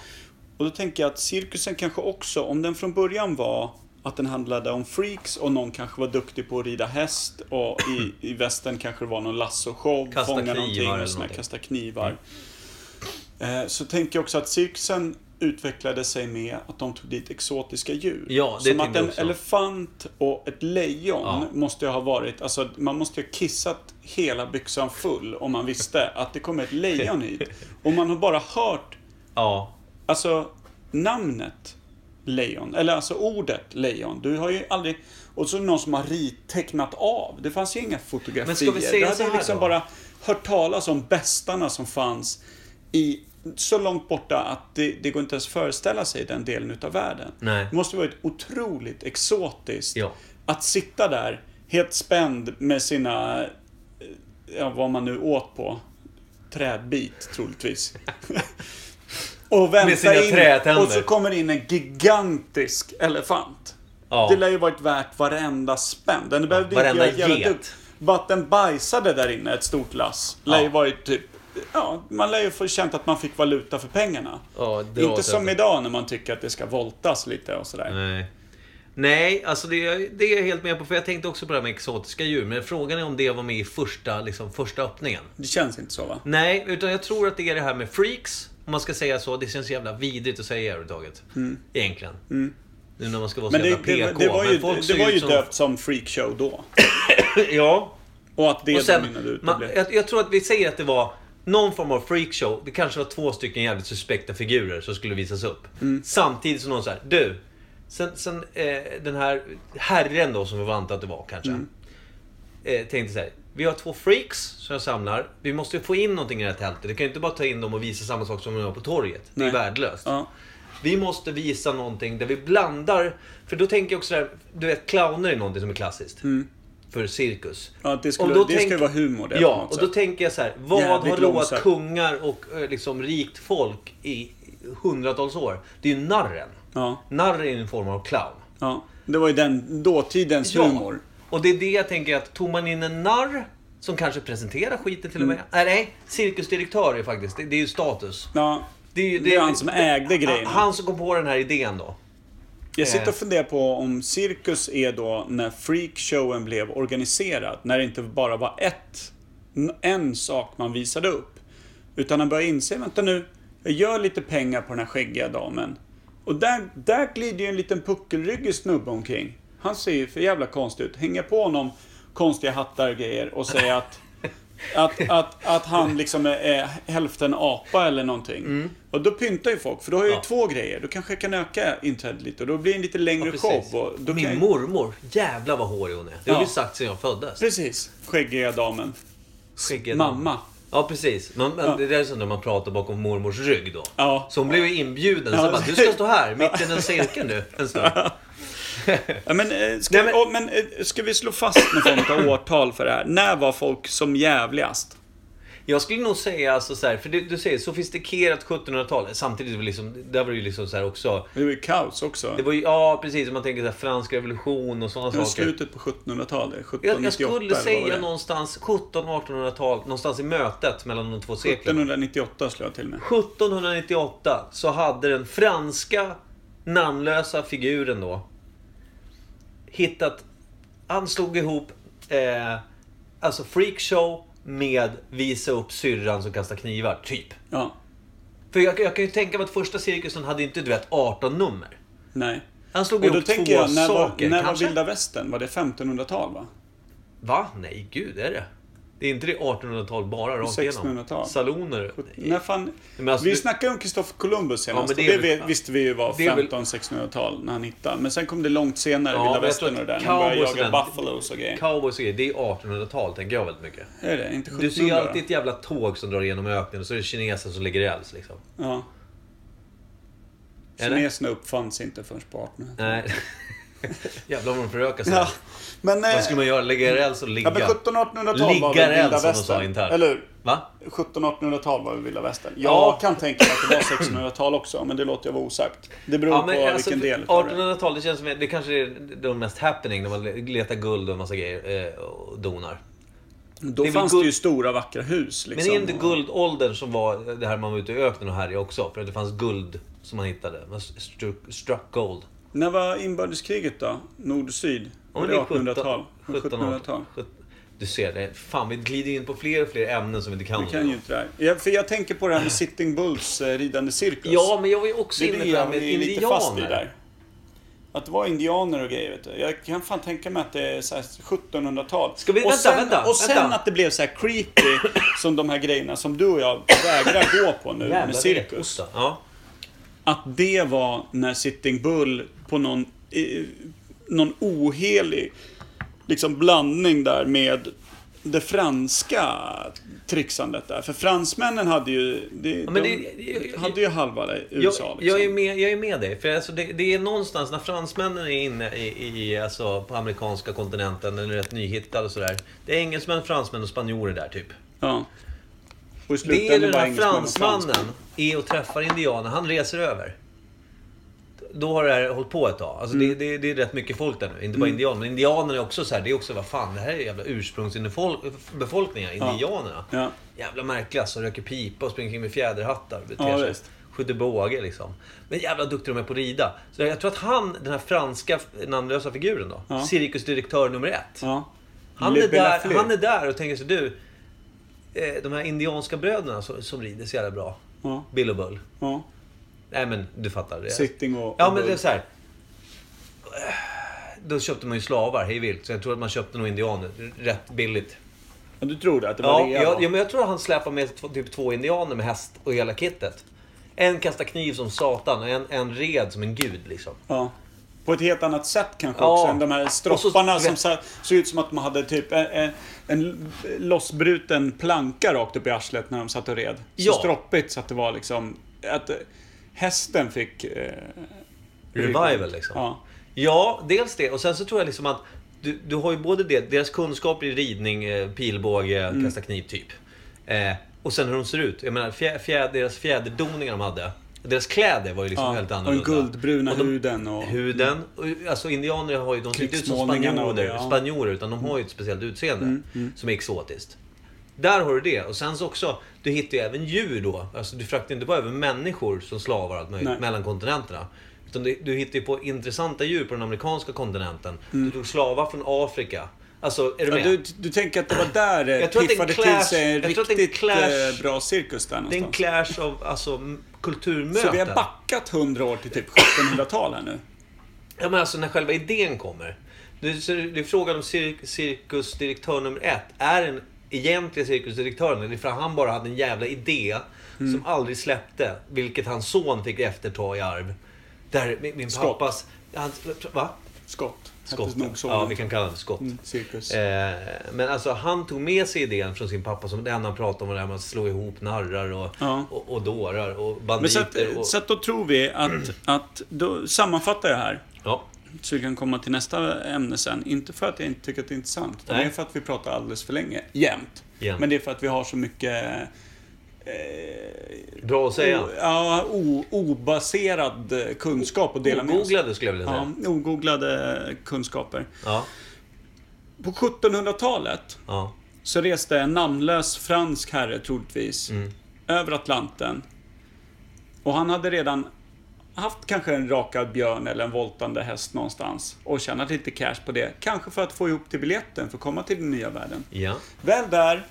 Speaker 1: Och då tänker jag att cirkusen kanske också, om den från början var att den handlade om freaks och någon kanske var duktig på att rida häst och i, i västern kanske det var någon lassoshow,
Speaker 2: Kasta
Speaker 1: fånga
Speaker 2: knivar
Speaker 1: någonting
Speaker 2: eller
Speaker 1: och såna,
Speaker 2: någonting. Mm.
Speaker 1: kasta knivar. Eh, Så tänker jag också att cirkusen utvecklade sig med att de tog dit exotiska djur.
Speaker 2: Ja, det
Speaker 1: Som
Speaker 2: tänkte
Speaker 1: att
Speaker 2: jag
Speaker 1: en
Speaker 2: också.
Speaker 1: elefant och ett lejon
Speaker 2: Ja.
Speaker 1: måste ju ha varit, alltså man måste ju ha kissat hela byxan full om man visste att det kommer ett lejon hit. Och man har bara hört
Speaker 2: Ja.
Speaker 1: Alltså namnet lejon, eller alltså ordet lejon. Du har ju aldrig... Och så någon som har rittecknat av. Det fanns ju inga fotografier.
Speaker 2: Men ska vi säga
Speaker 1: du hade
Speaker 2: så här
Speaker 1: liksom
Speaker 2: då?
Speaker 1: bara hört talas om bästarna som fanns i så långt borta att det, det går inte ens föreställa sig den delen utav världen.
Speaker 2: Nej.
Speaker 1: Det måste varit otroligt exotiskt
Speaker 2: Ja.
Speaker 1: att sitta där helt spänd med sina, eh, ja vad man nu åt på, trädbit troligtvis. Och vänta
Speaker 2: sina
Speaker 1: in.
Speaker 2: trätänder.
Speaker 1: Och så kommer in en gigantisk elefant.
Speaker 2: Ja.
Speaker 1: Det lär ju varit värt varenda spänn. Den behövde
Speaker 2: varenda
Speaker 1: inte göra ett jävla
Speaker 2: get.
Speaker 1: dugg. Bara att den bajsade där inne ett stort lass. Lär ju
Speaker 2: Ja.
Speaker 1: varit typ... Ja, man lär ju få känt att man fick valuta för pengarna.
Speaker 2: Ja, det var
Speaker 1: inte som
Speaker 2: det.
Speaker 1: idag när man tycker att det ska voltas lite och sådär.
Speaker 2: Nej. Nej, alltså det, det är jag helt med på. För jag tänkte också på det här med exotiska djur. Men frågan är om det var med i första, liksom, första öppningen.
Speaker 1: Det känns inte så va?
Speaker 2: Nej, utan jag tror att det är det här med freaks. Om man ska säga så. Det känns jävla vidrigt att säga överhuvudtaget. Egentligen. Nu när man ska vara så
Speaker 1: Mm. Men det,
Speaker 2: jävla PK.
Speaker 1: det, det var ju,
Speaker 2: men folk
Speaker 1: det
Speaker 2: ser
Speaker 1: var
Speaker 2: ut
Speaker 1: ju
Speaker 2: som-
Speaker 1: döpt som freakshow då.
Speaker 2: ja,
Speaker 1: Och att det
Speaker 2: Och sen,
Speaker 1: mynnade ut och
Speaker 2: man,
Speaker 1: blev-
Speaker 2: jag, jag tror att vi säger att det var någon form av freakshow. Det kanske var två stycken jävligt suspekta figurer som skulle visas upp.
Speaker 1: Mm.
Speaker 2: Samtidigt som någon så här, du. Sen, sen eh, den här herren då som vi var antar att det var kanske.
Speaker 1: Mm.
Speaker 2: Eh, tänkte så här, vi har två freaks som jag samlar. Vi måste ju få in någonting i det här tältet. Vi kan ju inte bara ta in dem och visa samma sak som de gör på torget. Det är
Speaker 1: Nej.
Speaker 2: värdelöst.
Speaker 1: Ja.
Speaker 2: Vi måste visa någonting där vi blandar. För då tänker jag också där, du vet clowner är någonting som är klassiskt. För cirkus.
Speaker 1: Mm. Ja, det
Speaker 2: Och
Speaker 1: skulle,
Speaker 2: då
Speaker 1: det skulle
Speaker 2: tänk-
Speaker 1: vara humor det på
Speaker 2: Ja,
Speaker 1: något
Speaker 2: och då
Speaker 1: sätt.
Speaker 2: tänker jag så här. Vad
Speaker 1: Jävligt
Speaker 2: har roat
Speaker 1: långsökt.
Speaker 2: kungar och eh, liksom rikt folk i hundratals år? Det är ju narren.
Speaker 1: Ja.
Speaker 2: Narren är en form av clown.
Speaker 1: Ja, det var ju den dåtidens humor.
Speaker 2: Och det är det jag tänker att tog man in en narr som kanske presenterar skiten till och med.
Speaker 1: Mm.
Speaker 2: Nej, nej. Cirkusdirektör är faktiskt, det, det är ju status.
Speaker 1: Ja,
Speaker 2: Det är ju
Speaker 1: Det är han som ägde grejen.
Speaker 2: Han som kom på den här idén då.
Speaker 1: jag sitter och funderar på om cirkus är då när freakshowen blev organiserad. När det inte bara var ett n- en sak man visade upp. Utan han börjar inse, vänta nu, jag gör lite pengar på den här skäggiga damen. Och där, där glider ju en liten puckelryggig snubbe omkring. Han ser ju för jävla konstig ut. Hänger på honom konstiga hattar och grejer och säger att att, att, att han liksom är, är hälften apa eller någonting. Och då pyntar ju folk, för då har jag ju
Speaker 2: Mm. Ja.
Speaker 1: två grejer. Då kanske jag kan öka inträdet lite och då blir det en lite längre show.
Speaker 2: Precis.
Speaker 1: Och då
Speaker 2: Min
Speaker 1: kan jag...
Speaker 2: mormor, jävlar vad hårig hon är. Det har
Speaker 1: Ja.
Speaker 2: ju sagt sedan jag föddes.
Speaker 1: Precis, skäggiga damen.
Speaker 2: Skägget.
Speaker 1: Mamma.
Speaker 2: Ja, precis. Man, Det där är som när man pratar bakom mormors rygg då.
Speaker 1: Ja.
Speaker 2: Så hon blev ju inbjuden.
Speaker 1: Ja.
Speaker 2: Så bara, du ska stå här, mitt i den cirkeln du, en stund.
Speaker 1: Ja, men, eh, ska,
Speaker 2: Nej, men-
Speaker 1: åh, men... eh, ska vi slå fast någon form av årtal för det här? När var folk som jävligast?
Speaker 2: Jag skulle nog säga alltså så här, för du, du säger sofistikerat 1700-tal. Samtidigt var det liksom, där var det ju liksom så här också.
Speaker 1: Det var ju kaos också.
Speaker 2: Det var ju, ja precis, om man tänker så här, fransk revolution och sådana
Speaker 1: Det var
Speaker 2: saker.
Speaker 1: slutet på 1700-talet.
Speaker 2: Jag,
Speaker 1: 1798
Speaker 2: jag skulle
Speaker 1: eller vad
Speaker 2: säga
Speaker 1: var det?
Speaker 2: någonstans 1700-1800-tal, någonstans i mötet mellan de två seklerna.
Speaker 1: 1798 slår jag till med.
Speaker 2: 1798 så hade den franska namnlösa figuren då hittat... Han slog ihop eh, alltså freakshow med visa upp syrran som kastar knivar, typ.
Speaker 1: Ja,
Speaker 2: För jag, jag kan ju tänka mig att första cirkusen hade inte, du vet, 18 nummer.
Speaker 1: nej.
Speaker 2: Han slog
Speaker 1: Och då
Speaker 2: ihop två
Speaker 1: tänker jag, när,
Speaker 2: saker,
Speaker 1: var, när var
Speaker 2: kanske?
Speaker 1: vilda västern? Var det 1500-tal va?
Speaker 2: Va? Nej, gud, är det? Det är inte det 1800-tal bara rakt igenom?
Speaker 1: 1600-tal.
Speaker 2: Saloner?
Speaker 1: När fan...
Speaker 2: Men alltså,
Speaker 1: vi
Speaker 2: det-
Speaker 1: snackade om Kristoffer Columbus
Speaker 2: Ja,
Speaker 1: senast.
Speaker 2: men
Speaker 1: det
Speaker 2: det
Speaker 1: och
Speaker 2: är
Speaker 1: det
Speaker 2: väl-
Speaker 1: vet- visste vi ju var
Speaker 2: det är väl-
Speaker 1: 1500-1600-tal när han hittade. Men sen kom det långt senare,
Speaker 2: Ja,
Speaker 1: vilda
Speaker 2: men jag tror
Speaker 1: västern och det där.
Speaker 2: att
Speaker 1: När de började
Speaker 2: cowboys
Speaker 1: jaga
Speaker 2: och den-
Speaker 1: buffalos och grejer.
Speaker 2: Cowboys och grejer, det är 1800-tal tänker jag väldigt mycket.
Speaker 1: Är det? Inte 1700?
Speaker 2: Du ser ju alltid ett jävla tåg som drar igenom öknen och så är det kineser som lägger räls liksom.
Speaker 1: Ja.
Speaker 2: Eller?
Speaker 1: Kineserna uppfanns inte förrän på 1800-talet.
Speaker 2: Nej. Jävlar vad de förökar sig.
Speaker 1: Ja, men... eh,
Speaker 2: Vad skulle man göra? Lägga räls och
Speaker 1: Ja,
Speaker 2: ligga?
Speaker 1: men 1700-1800-tal var
Speaker 2: ligga alltså
Speaker 1: väl vilda
Speaker 2: räls som de sa
Speaker 1: västern?
Speaker 2: internt.
Speaker 1: Eller hur?
Speaker 2: Va?
Speaker 1: 1700-1800-tal var väl vilda västern. Jag
Speaker 2: Ja.
Speaker 1: kan tänka mig att det var 1600-tal också, men det låter jag vara osagt. Det beror
Speaker 2: Ja, men
Speaker 1: på
Speaker 2: alltså,
Speaker 1: vilken del utav det.
Speaker 2: 1800-tal, det känns som det kanske är de mest happening när man letar guld och en massa grejer eh, och donar.
Speaker 1: Då
Speaker 2: det är väl
Speaker 1: fanns det ju
Speaker 2: guld-
Speaker 1: stora vackra hus. Liksom,
Speaker 2: Men är det inte
Speaker 1: och-
Speaker 2: guldåldern som var det här man var ute i öknen och härjade också? För det fanns guld som man hittade. Man struck, struck gold.
Speaker 1: När var inbördeskriget då? Nord och syd? Var
Speaker 2: Ja, men
Speaker 1: det
Speaker 2: det är 1700-tal.
Speaker 1: 1800-tal? 1700-tal.
Speaker 2: Du ser, det. fan vi glider in på fler och fler ämnen som vi inte kan.
Speaker 1: Vi kan ju inte det här. Jag, för jag tänker på det här med Sitting Bulls eh, ridande cirkus.
Speaker 2: Ja, men jag var ju också
Speaker 1: det är det
Speaker 2: inne på det här
Speaker 1: jag
Speaker 2: med
Speaker 1: är lite fast i
Speaker 2: indianer.
Speaker 1: där. Att det var indianer och grejer. Vet du. Jag kan fan tänka mig att det är så här 1700-tal.
Speaker 2: Ska vi-
Speaker 1: och
Speaker 2: vänta,
Speaker 1: sen,
Speaker 2: vänta,
Speaker 1: Och sen
Speaker 2: vänta.
Speaker 1: att det blev så här creepy som de här grejerna som du och jag vägrar gå på nu med cirkus.
Speaker 2: vekosta. Ja.
Speaker 1: att det var när Sitting Bull på någon, eh, någon ohelig liksom blandning där med det franska trixandet där. För fransmännen hade ju, det,
Speaker 2: men
Speaker 1: de
Speaker 2: det- jag- jag-
Speaker 1: hade ju halva det,
Speaker 2: Jag,
Speaker 1: USA. liksom.
Speaker 2: jag, är med, jag är med dig. För alltså det, det är någonstans när fransmännen är inne i, i, alltså på amerikanska kontinenten, den är rätt nyhittad och sådär. Det är engelsmän, fransmän och spanjorer där typ.
Speaker 1: ja. Och i
Speaker 2: Det är
Speaker 1: slutändan
Speaker 2: den
Speaker 1: var
Speaker 2: här
Speaker 1: engelsmän och fransmän.
Speaker 2: fransmannen är och träffar indianer. Han reser över. Då har det här hållit på ett tag. Alltså
Speaker 1: Mm.
Speaker 2: det, det, det är rätt mycket folk där nu. Inte bara indianer. Men indianerna är också så här. Det är också, vad fan, det här är jävla ursprungsbefolkningar. Indianerna.
Speaker 1: Ja.
Speaker 2: Jävla märkliga som röker pipa och springer kring med fjäderhattar. beter
Speaker 1: Ja,
Speaker 2: sig.
Speaker 1: visst.
Speaker 2: Skjuter båge liksom. Men jävla duktiga de är på att rida. Så jag tror att han, den här franska namnlösa figuren då.
Speaker 1: Ja.
Speaker 2: Cirkusdirektör nummer ett.
Speaker 1: Ja.
Speaker 2: Han
Speaker 1: Le
Speaker 2: är, där,
Speaker 1: Belafleur.
Speaker 2: han är där och tänker så du, eh, de här indianska bröderna som, som rider så jävla bra.
Speaker 1: Ja,
Speaker 2: Bill och Bull.
Speaker 1: ja.
Speaker 2: Nej men du fattar. Det.
Speaker 1: Sitting och...
Speaker 2: Ja
Speaker 1: och
Speaker 2: men det
Speaker 1: Bull.
Speaker 2: är så här. Eh, Då köpte man ju slavar hej vilt. Så jag tror att man köpte nog indianer rätt billigt.
Speaker 1: Ja, du tror det? Att det var
Speaker 2: Ja,
Speaker 1: det?
Speaker 2: jag, ja, men jag tror att han släpar med två, typ två indianer med häst och hela kittet. En kastar kniv som satan och en, en red som en gud liksom.
Speaker 1: Ja. På ett helt annat sätt kanske
Speaker 2: Ja.
Speaker 1: också än de här stropparna
Speaker 2: Och så-
Speaker 1: som så, såg ut som att man hade typ en, en- en lossbruten planka rakt upp i arslet när de satt och red. Så
Speaker 2: Ja.
Speaker 1: stroppigt så att det var liksom... Att eh, hästen fick... Eh,
Speaker 2: Revival liksom.
Speaker 1: Ja.
Speaker 2: Ja, dels det. Och sen så tror jag liksom att du, du har ju både det, deras kunskaper i ridning, eh, pilbåge,
Speaker 1: Mm.
Speaker 2: kasta kniv typ. Eh, och sen hur de ser ut. Jag menar, fjä, fjä, deras fjäderdoningar de hade. Deras kläder var ju liksom
Speaker 1: Ja,
Speaker 2: helt
Speaker 1: och den
Speaker 2: annorlunda.
Speaker 1: guldbruna
Speaker 2: Och de-
Speaker 1: huden och...
Speaker 2: Huden. och- Alltså indianer har ju, de ser inte ut som
Speaker 1: Krigsmålningarna och det,
Speaker 2: spanjorer,
Speaker 1: ja. Mm,
Speaker 2: spanjorer utan de har ju ett speciellt utseende som är exotiskt. Där har du det. Och sen så också, du hittar ju även djur då. Alltså du fraktar inte bara över människor som slavar och allt möjligt
Speaker 1: Nej.
Speaker 2: mellan kontinenterna. Utan du, du hittar ju på intressanta djur på den amerikanska kontinenten. Du tog slavar från Afrika Alltså, är du
Speaker 1: Mm. Ja,
Speaker 2: med?
Speaker 1: du, du tänker att det var där det
Speaker 2: Jag tror att det är en
Speaker 1: piffade
Speaker 2: clash-
Speaker 1: till sig en
Speaker 2: jag tror att det är en
Speaker 1: riktigt
Speaker 2: clash-
Speaker 1: eh, bra cirkus där
Speaker 2: det är en
Speaker 1: någonstans.
Speaker 2: clash av alltså, m- kulturmöten.
Speaker 1: Så vi har backat 100 år till typ 1700-tal här nu.
Speaker 2: Ja, men alltså när själva idén kommer. Du, så det är frågan om cir cirkusdirektör nummer ett. Är den egentliga cirkusdirektören eller för han bara hade en jävla idé
Speaker 1: Mm.
Speaker 2: som aldrig släppte. Vilket hans son fick efterta i arv. Där min, min
Speaker 1: Scott.
Speaker 2: pappas... Hans, va?
Speaker 1: Skott. Hette
Speaker 2: Scott.
Speaker 1: nog så.
Speaker 2: Ja, vi kan kalla det Scott.
Speaker 1: Mm, cirkus.
Speaker 2: Eh, men alltså han tog med sig idén från sin pappa som det enda han pratade om var det här med att slå ihop narrar och,
Speaker 1: Ja.
Speaker 2: och, och dårar och
Speaker 1: Men
Speaker 2: banditer.
Speaker 1: så att,
Speaker 2: och, Mm.
Speaker 1: så att då tror vi att, att då sammanfattar jag här.
Speaker 2: ja.
Speaker 1: Så vi kan komma till nästa ämne sen. Inte för att jag inte tycker att det är intressant. utan Det
Speaker 2: Nej.
Speaker 1: är för att vi pratar alldeles för länge. Jämt.
Speaker 2: Jämt.
Speaker 1: Men det är för att vi har så mycket... Eh,
Speaker 2: Bra att säga.
Speaker 1: o, ja, o, obaserad eh, kunskap att dela med oss.
Speaker 2: Ogooglade skulle jag vilja
Speaker 1: Ja,
Speaker 2: säga.
Speaker 1: ogooglade kunskaper.
Speaker 2: Ja.
Speaker 1: På 1700-talet
Speaker 2: ja.
Speaker 1: så reste en namnlös fransk herre troligtvis över Atlanten. Och han hade redan haft kanske en rakad björn eller en voltande häst någonstans och tjänat lite cash på det. Kanske för att få ihop till biljetten för att komma till den nya världen.
Speaker 2: Ja.
Speaker 1: Väl där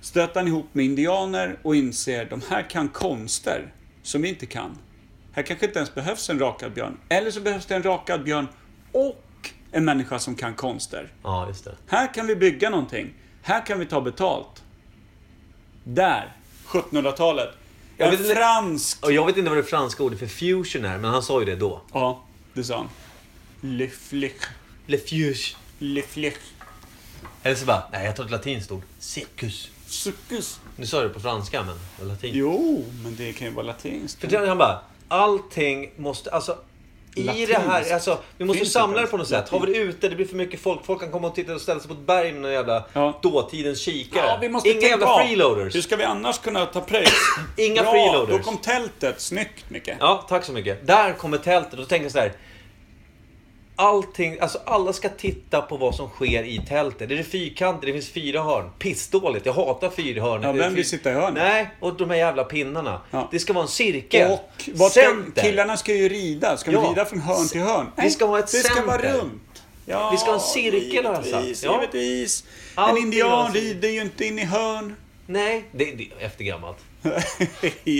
Speaker 1: stöter han ihop med indianer och inser de här kan konster som vi inte kan. Här kanske inte ens behövs en rakad björn. Eller så behövs det en rakad björn och en människa som kan konster.
Speaker 2: Ja, just det.
Speaker 1: Här kan vi bygga någonting. Här kan vi ta betalt. Där, 1700-talet.
Speaker 2: Jag
Speaker 1: En
Speaker 2: vet inte-
Speaker 1: fransk...
Speaker 2: Och jag vet inte vad det franska ordet för fusion är, men han sa ju det då.
Speaker 1: Ja, det sa han. Le flic,
Speaker 2: Le fuge.
Speaker 1: le flic.
Speaker 2: Eller så bara, nej jag tar ett latinskt ord. Cirkus.
Speaker 1: Cirkus.
Speaker 2: Nu sa jag det på franska, men det var latin.
Speaker 1: Jo, men det kan ju vara latinskt.
Speaker 2: För det- han bara, allting måste, alltså. I det här,
Speaker 1: Latinskt.
Speaker 2: alltså, vi måste
Speaker 1: Finns
Speaker 2: samla
Speaker 1: inte
Speaker 2: det på något sätt. Har vi det ute, det blir för mycket folk. Folk kan komma och titta och ställa sig på ett berg med någon jävla
Speaker 1: Ja.
Speaker 2: dåtidens kikare.
Speaker 1: Ja, vi måste
Speaker 2: Inga
Speaker 1: tänka
Speaker 2: jävla
Speaker 1: av.
Speaker 2: freeloaders.
Speaker 1: Hur ska vi annars kunna ta pröjs?
Speaker 2: Inga
Speaker 1: Bra,
Speaker 2: freeloaders.
Speaker 1: Då kom tältet. Snyggt, Micke.
Speaker 2: Ja, tack så mycket. Där kommer tältet. Och då tänker jag så här. Allting, alltså alla ska titta på vad som sker i tältet. Det är fyrkanter, det finns fyra hörn. Pissdåligt, jag hatar fyrhörn.
Speaker 1: Ja, vem vill sitta i hörnet?
Speaker 2: Nej, och de här jävla pinnarna.
Speaker 1: Ja.
Speaker 2: Det ska vara en cirkel.
Speaker 1: Och vad ska,
Speaker 2: Center.
Speaker 1: killarna ska ju rida. Ska
Speaker 2: Ja.
Speaker 1: vi rida från hörn till hörn?
Speaker 2: Vi ska ha ett
Speaker 1: Det ska vara
Speaker 2: center.
Speaker 1: runt. Ja,
Speaker 2: Vi ska ha en cirkel, har jag sagt.
Speaker 1: givetvis,
Speaker 2: Ja.
Speaker 1: Givetvis. En
Speaker 2: Allting har
Speaker 1: indian
Speaker 2: en cirkel.
Speaker 1: rider ju inte in i hörn.
Speaker 2: Nej, det, det är eftergammalt.
Speaker 1: I
Speaker 2: Det är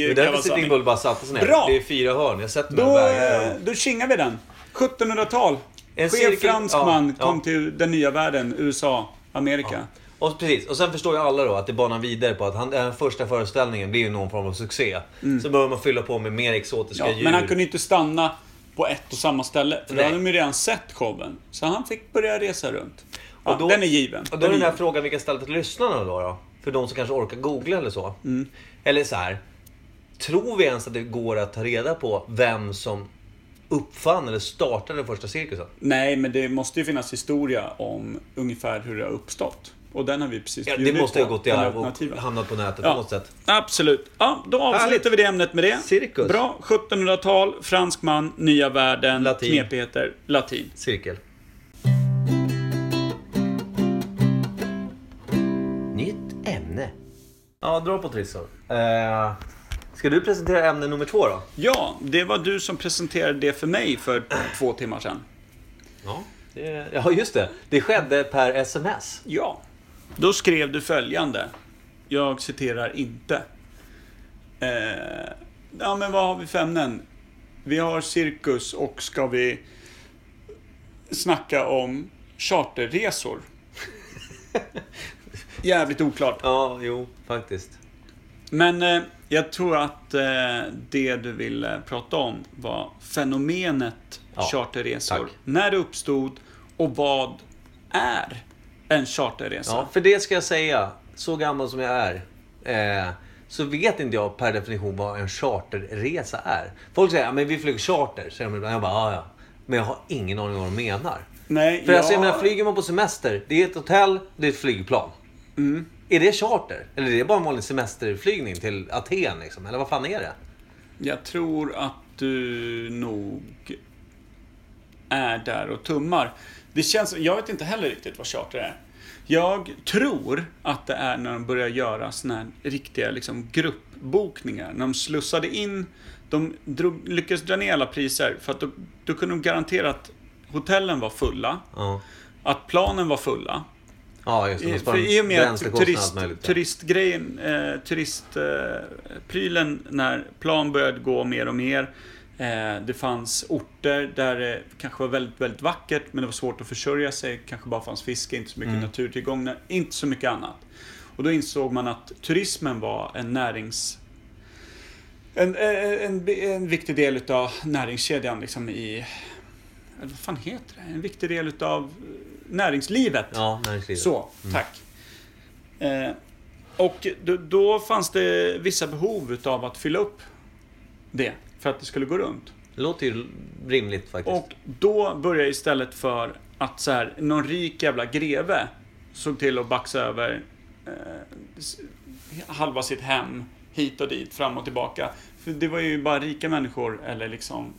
Speaker 1: gammal
Speaker 2: därför Sitting
Speaker 1: sanning.
Speaker 2: Bull bara satte sig ner.
Speaker 1: Bra.
Speaker 2: Det är fyra hörn, jag sätter mig
Speaker 1: då,
Speaker 2: och väger.
Speaker 1: eh, då kingar vi den. 1700-tal.
Speaker 2: En
Speaker 1: Skev
Speaker 2: cirkel-
Speaker 1: fransk
Speaker 2: ja,
Speaker 1: man
Speaker 2: ja.
Speaker 1: kom till den nya världen, USA, Amerika.
Speaker 2: Och, precis. och sen förstår ju alla då att det banar vidare på att han, den här första föreställningen blir ju någon form av succé. Så börjar man fylla på med mer exotiska
Speaker 1: Mm. Ja,
Speaker 2: djur.
Speaker 1: men han kunde inte stanna på ett och samma ställe. För då
Speaker 2: Nej.
Speaker 1: hade de ju redan sett showen. Så han fick börja resa runt. Ja,
Speaker 2: Och då-
Speaker 1: den är given.
Speaker 2: Och då är den
Speaker 1: given.
Speaker 2: här frågan vilka ställer till lyssnarna då, då? För de som kanske orkar googla eller så.
Speaker 1: Mm.
Speaker 2: Eller så här. Tror vi ens att det går att ta reda på vem som uppfann eller startade den första cirkusen?
Speaker 1: Nej, men det måste ju finnas historia om ungefär hur det har uppstått. Och den har vi precis
Speaker 2: Ja, det
Speaker 1: bjudit
Speaker 2: måste
Speaker 1: på,
Speaker 2: ha gått i
Speaker 1: den
Speaker 2: arv och
Speaker 1: alternativa.
Speaker 2: hamnat på nätet på
Speaker 1: Ja,
Speaker 2: något sätt.
Speaker 1: absolut. Ja, då avslutar vi det ämnet med det.
Speaker 2: Cirkus.
Speaker 1: Bra. 1700-tal, fransk man, nya världen,
Speaker 2: Latin.
Speaker 1: knepigheter, latin.
Speaker 2: Cirkel. Nytt ämne. Ja, dra på trissor. Eh, ska du presentera ämne nummer två då?
Speaker 1: Ja, det var du som presenterade det för mig för två timmar sedan.
Speaker 2: Ja. Det, ja, just det. Det skedde per sms.
Speaker 1: Ja. Då skrev du följande. Jag citerar inte. Eh, ja, men vad har vi för ämnen? Vi har cirkus och ska vi snacka om charterresor? Jävligt oklart.
Speaker 2: Ja, jo, faktiskt.
Speaker 1: Men eh, jag tror att eh, det du ville prata om var fenomenet
Speaker 2: Ja,
Speaker 1: charterresor.
Speaker 2: tack.
Speaker 1: När det uppstod och vad är en charterresa?
Speaker 2: Ja, för det ska jag säga. Så gammal som jag är. Eh, så vet inte jag per definition vad en charterresa är. Folk säger att vi flyger charter. Säger de ibland. Jag bara, "Ja, ja. Men jag har ingen aning om vad de menar.
Speaker 1: Nej,
Speaker 2: För alltså, jag
Speaker 1: jag-
Speaker 2: menar, flyger man på semester, det är ett hotell, det är ett flygplan.
Speaker 1: Mm.
Speaker 2: Är det charter? Eller är det bara en vanlig semesterflygning till Aten? Liksom? Eller vad fan är det?
Speaker 1: Jag tror att du nog är där och tummar. Det känns, jag vet inte heller riktigt vad charter är. Jag tror att det är när de börjar göra såna här riktiga liksom, gruppbokningar. När de slussade in, de drog, lyckades dra ner alla priser för att då, då kunde de garantera att hotellen var fulla,
Speaker 2: Ja.
Speaker 1: att planen var fulla
Speaker 2: Ja, just det.
Speaker 1: I,
Speaker 2: Man
Speaker 1: för
Speaker 2: sparar
Speaker 1: i och med att
Speaker 2: bränslekostnad
Speaker 1: turist,
Speaker 2: och allt möjligt, ja.
Speaker 1: turistgrejen, eh, turistprylen eh, prylen när plan började gå mer och mer. Eh, det fanns orter där det kanske var väldigt, väldigt vackert men det var svårt att försörja sig. Kanske bara fanns fiske, inte så mycket
Speaker 2: Mm.
Speaker 1: naturtillgångar, inte så mycket annat. Och då insåg man att turismen var en närings... En, en, en, en viktig del utav näringskedjan liksom i... Vad fan heter det? En viktig del utav eh, näringslivet.
Speaker 2: Ja, näringslivet.
Speaker 1: Så, tack. Eh, och då, då fanns det vissa behov utav att fylla upp det för att det skulle gå runt.
Speaker 2: Det låter ju rimligt faktiskt.
Speaker 1: Och då började istället för att så här, någon rik jävla greve såg till att baxa över eh, s- halva sitt hem hit och dit, fram och tillbaka. För det var ju bara rika människor eller liksom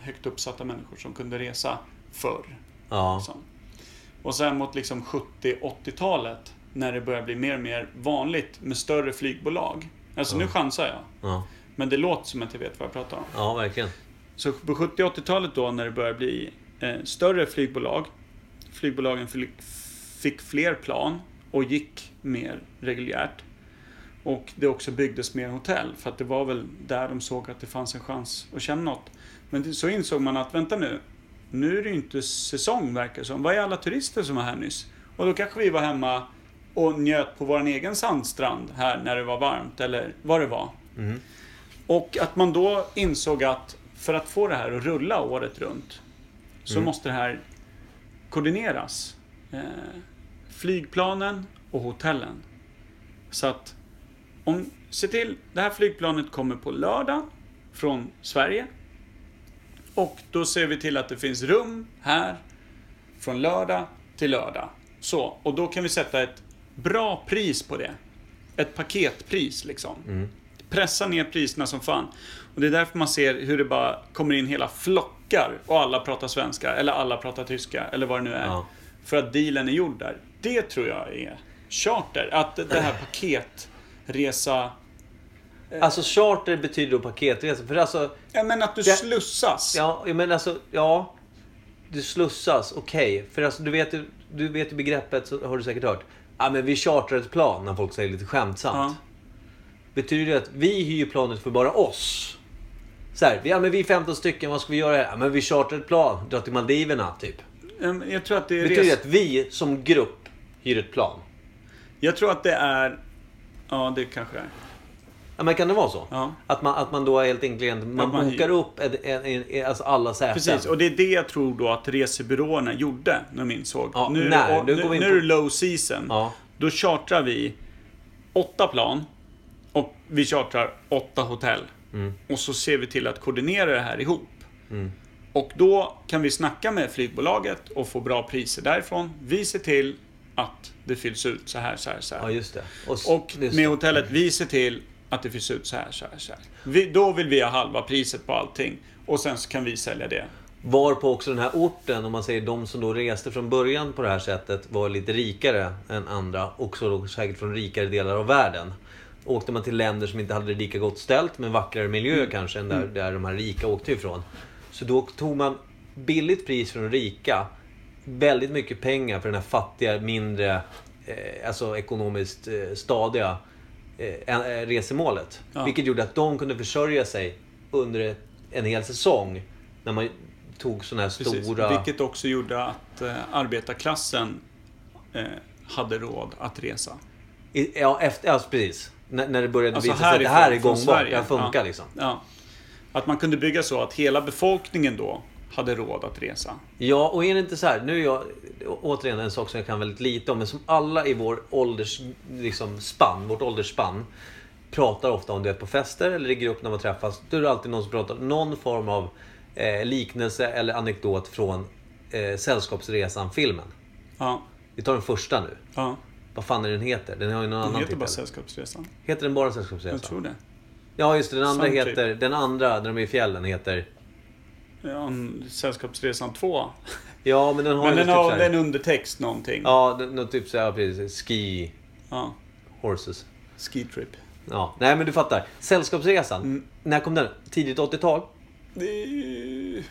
Speaker 1: högt uppsatta människor som kunde resa förr.
Speaker 2: ja.
Speaker 1: Liksom. Och sen mot liksom 70-80-talet när det börjar bli mer och mer vanligt med större flygbolag. Alltså nu chansar jag,
Speaker 2: Ja.
Speaker 1: men det låter som att jag vet vad jag pratar om.
Speaker 2: ja, verkligen.
Speaker 1: Så på 70-80-talet då när det börjar bli eh, större flygbolag. Flygbolagen fly- fick fler plan och gick mer reguljärt. Och det också byggdes mer hotell för att det var väl där de såg att det fanns en chans att känna något. Men det- så insåg man att vänta nu, nu är det ju inte säsong verkar det som. Vad är alla turister som var här nyss? Och då kanske vi var hemma och njöt på vår egen sandstrand här när det var varmt eller vad det var. Och att man då insåg att för att få det här att rulla året runt så måste det här koordineras. Eh, flygplanen och hotellen. Så att om, se till, det här flygplanet kommer på lördag från Sverige. Och då ser vi till att det finns rum här från lördag till lördag. Så, och då kan vi sätta ett bra pris på det. Ett paketpris liksom.
Speaker 2: Mm.
Speaker 1: Pressa ner priserna som fan. Och det är därför man ser hur det bara kommer in hela flockar och alla pratar svenska eller alla pratar tyska eller vad det nu är.
Speaker 2: Ja.
Speaker 1: För att dealen är gjord där. Det tror jag är charter. Att det här paketresa... Eh.
Speaker 2: Alltså charter betyder då paketresa. För alltså,
Speaker 1: Ja, men att du
Speaker 2: Det-
Speaker 1: slussas.
Speaker 2: ja, men alltså, ja. Du slussas, okej. För alltså, du vet ju du vet ju begreppet, så har du säkert hört. Ja, men vi chartrar ett plan, när folk säger lite skämtsamt.
Speaker 1: Ja.
Speaker 2: Betyder det att vi hyr planet för bara oss? Så här, ja, men vi är 15 stycken, vad ska vi göra här? Ja, men vi chartrar ett plan, dra till Maldiverna, typ.
Speaker 1: Ehm, Jag tror att det är...
Speaker 2: Betyder det
Speaker 1: res-
Speaker 2: att vi som grupp hyr ett plan?
Speaker 1: Jag tror att det är... Ja, det kanske är.
Speaker 2: Ja, men kan det vara så?
Speaker 1: Ja.
Speaker 2: Att, man, att man då helt enkelt man
Speaker 1: Att man
Speaker 2: bokar
Speaker 1: hyr.
Speaker 2: upp en, en, en, alltså alla säten?
Speaker 1: Precis, och det är det jag tror då att resebyråerna gjorde när de insåg.
Speaker 2: Ja,
Speaker 1: nu, är
Speaker 2: när?
Speaker 1: det-
Speaker 2: Nu
Speaker 1: nu,
Speaker 2: går vi in
Speaker 1: nu
Speaker 2: på-
Speaker 1: är det low season.
Speaker 2: Ja.
Speaker 1: Då chartrar vi åtta plan och vi chartrar åtta hotell.
Speaker 2: Mm.
Speaker 1: Och så ser vi till att koordinera det här ihop. Och då kan vi snacka med flygbolaget och få bra priser därifrån. Vi ser till att det fylls ut så här, så här, så här.
Speaker 2: Ja, just det. s-
Speaker 1: Och
Speaker 2: just
Speaker 1: med
Speaker 2: det.
Speaker 1: hotellet, vi ser till att det fylls ut så här, så här, så här. Vi, då vill vi ha halva priset på allting. Och sen så kan vi sälja det.
Speaker 2: Varpå också den här orten, om man säger de som då reste från början på det här sättet, var lite rikare än andra. Också då säkert från rikare delar av världen. Åkte man till länder som inte hade det lika gott ställt, men vackrare miljö
Speaker 1: Mm.
Speaker 2: kanske, än där, där de här rika åkte ifrån. Så då tog man billigt pris från de rika, väldigt mycket pengar för den här fattiga, mindre, eh, alltså ekonomiskt eh, stadiga eh, eh, resemålet.
Speaker 1: Ja.
Speaker 2: Vilket gjorde att de kunde försörja sig under ett- en hel säsong. När man tog sådana här
Speaker 1: Precis.
Speaker 2: stora...
Speaker 1: Vilket också gjorde att eh, arbetarklassen eh, hade råd att resa.
Speaker 2: I- Ja, efter, alltså precis. När, när det började
Speaker 1: Alltså
Speaker 2: visa sig att det här är
Speaker 1: härifrån, från
Speaker 2: gångbart, det
Speaker 1: Sverige.
Speaker 2: här funkar
Speaker 1: Ja.
Speaker 2: liksom.
Speaker 1: Ja. Att man kunde bygga så att hela befolkningen då hade råd att resa.
Speaker 2: Ja, och är det inte så här, nu är jag å- återigen en sak som jag kan väldigt lite om, men som alla i vår ålders, liksom, spann, vårt åldersspann pratar ofta om, du vet på fester eller i grupp när man träffas, då är det alltid någon som pratar någon form av eh, liknelse eller anekdot från eh, Sällskapsresan-filmen.
Speaker 1: Ja.
Speaker 2: Vi tar den första nu.
Speaker 1: ja.
Speaker 2: Vad fan är den heter? Den har ju någon
Speaker 1: Den
Speaker 2: annan
Speaker 1: heter bara
Speaker 2: titel.
Speaker 1: Sällskapsresan.
Speaker 2: Heter den bara
Speaker 1: Jag
Speaker 2: Sällskapsresan?
Speaker 1: tror det.
Speaker 2: Ja, just det. Den andra,
Speaker 1: Sound trip.
Speaker 2: heter, den andra, när de är i fjällen, heter...
Speaker 1: Ja, en Sällskapsresan 2.
Speaker 2: Ja, men den har
Speaker 1: Men
Speaker 2: ju
Speaker 1: den
Speaker 2: typ
Speaker 1: har
Speaker 2: så här-
Speaker 1: en undertext någonting.
Speaker 2: Ja, den, den, typ så här, precis. Ski
Speaker 1: Ja.
Speaker 2: horses.
Speaker 1: Ski trip. Mm.
Speaker 2: Ja, nej men du fattar. Sällskapsresan. När kom den? Tidigt 80-tal?
Speaker 1: det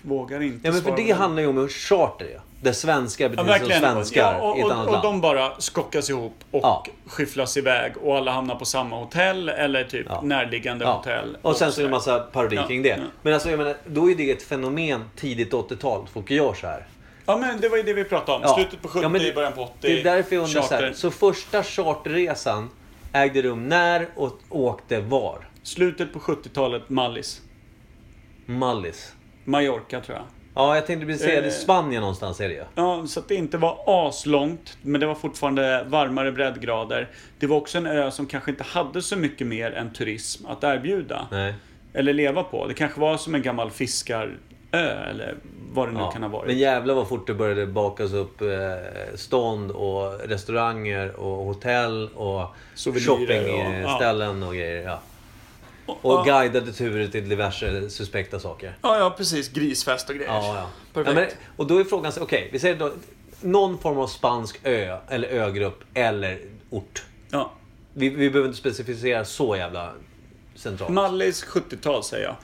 Speaker 1: vågar inte
Speaker 2: Ja, men för
Speaker 1: svara
Speaker 2: det
Speaker 1: på
Speaker 2: handlar ju om en charter, ja. Där svenskar
Speaker 1: Ja,
Speaker 2: beter sig som
Speaker 1: verkligen.
Speaker 2: svenskar
Speaker 1: ja, och,
Speaker 2: i ett
Speaker 1: och,
Speaker 2: annat
Speaker 1: och
Speaker 2: land.
Speaker 1: de bara skockas ihop och
Speaker 2: Ja.
Speaker 1: skyfflas iväg och alla hamnar på samma hotell eller typ
Speaker 2: Ja.
Speaker 1: närliggande
Speaker 2: Ja.
Speaker 1: hotell.
Speaker 2: Och sen så är det
Speaker 1: sådär.
Speaker 2: en massa parodi
Speaker 1: Ja,
Speaker 2: kring det.
Speaker 1: ja.
Speaker 2: Men alltså, jag menar, då är det ett fenomen tidigt 80-tal. Folk gör så här.
Speaker 1: Ja, men det var ju det vi pratade om.
Speaker 2: Ja.
Speaker 1: Slutet på 70,
Speaker 2: Ja, men det-
Speaker 1: början på 80.
Speaker 2: Det är därför jag undrar så här.
Speaker 1: charter.
Speaker 2: Så första charterresan ägde rum när och åkte var?
Speaker 1: Slutet på 70-talet, Mallis.
Speaker 2: Mallis.
Speaker 1: Mallorca, tror jag.
Speaker 2: Ja, jag tänkte precis säga det.
Speaker 1: Eh.
Speaker 2: Spanien någonstans är det ju.
Speaker 1: Ja, så att det inte var aslångt, men det var fortfarande varmare breddgrader. Det var också en ö som kanske inte hade så mycket mer än turism att erbjuda.
Speaker 2: Nej.
Speaker 1: Eller leva på. Det kanske var som en gammal fiskarö, eller vad det nu kan ha varit.
Speaker 2: Men jävlar vad fort det började bakas upp eh, stånd och restauranger och hotell och
Speaker 1: Souvenirer och-
Speaker 2: shoppingställen och, grejer. Ja. Och
Speaker 1: ja.
Speaker 2: guidade turer till diverse suspekta saker.
Speaker 1: Ja, ja, precis. Grisfest och grejer.
Speaker 2: Ja, ja.
Speaker 1: Perfekt.
Speaker 2: Ja, men, och då är frågan, så- okej, vi säger då någon form av spansk ö eller ögrupp eller ort.
Speaker 1: Ja.
Speaker 2: Vi, vi behöver inte specificera så jävla centralt.
Speaker 1: Mallis 70-tal, säger jag.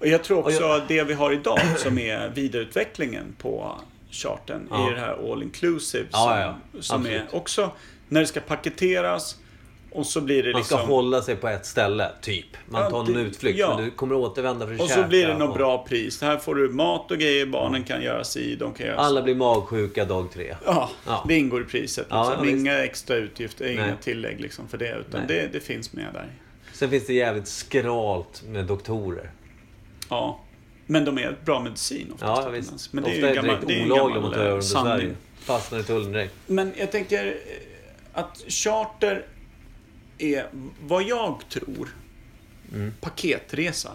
Speaker 1: Och jag tror också
Speaker 2: Och
Speaker 1: det vi har idag som är vidareutvecklingen på charten
Speaker 2: Ja.
Speaker 1: är det här all inclusive.
Speaker 2: Ja,
Speaker 1: som
Speaker 2: ja, ja.
Speaker 1: som är
Speaker 2: Absolut.
Speaker 1: också när det ska paketeras och så blir det
Speaker 2: Man ska
Speaker 1: liksom...
Speaker 2: hålla sig på ett ställe, typ. Man
Speaker 1: Ja,
Speaker 2: tar någon
Speaker 1: det-
Speaker 2: utflykt,
Speaker 1: ja.
Speaker 2: men du kommer återvända för att
Speaker 1: och så
Speaker 2: käka
Speaker 1: blir det något bra pris. Här får du mat och grejer, barnen kan göra si, de kan göra så.
Speaker 2: Alla blir magsjuka dag tre.
Speaker 1: Ja,
Speaker 2: Ja.
Speaker 1: det ingår i priset.
Speaker 2: Ja,
Speaker 1: Liksom.
Speaker 2: ja, visst.
Speaker 1: inga extra utgifter, inga
Speaker 2: Nej.
Speaker 1: tillägg liksom för det. Utan
Speaker 2: Nej.
Speaker 1: det, det finns med där.
Speaker 2: Sen finns det jävligt skralt med doktorer.
Speaker 1: Ja. Men de är bra medicin oftast.
Speaker 2: Ja, ja visst.
Speaker 1: utomlands. Men det är
Speaker 2: Ofta
Speaker 1: ju en
Speaker 2: är det
Speaker 1: gammal,
Speaker 2: direkt
Speaker 1: det är ju en
Speaker 2: olagligt
Speaker 1: gammal,
Speaker 2: att ta över
Speaker 1: eh,
Speaker 2: under
Speaker 1: sanning.
Speaker 2: Sverige. Fastnar i tullen direkt.
Speaker 1: Men jag tänker eh, att charter är vad jag tror paketresa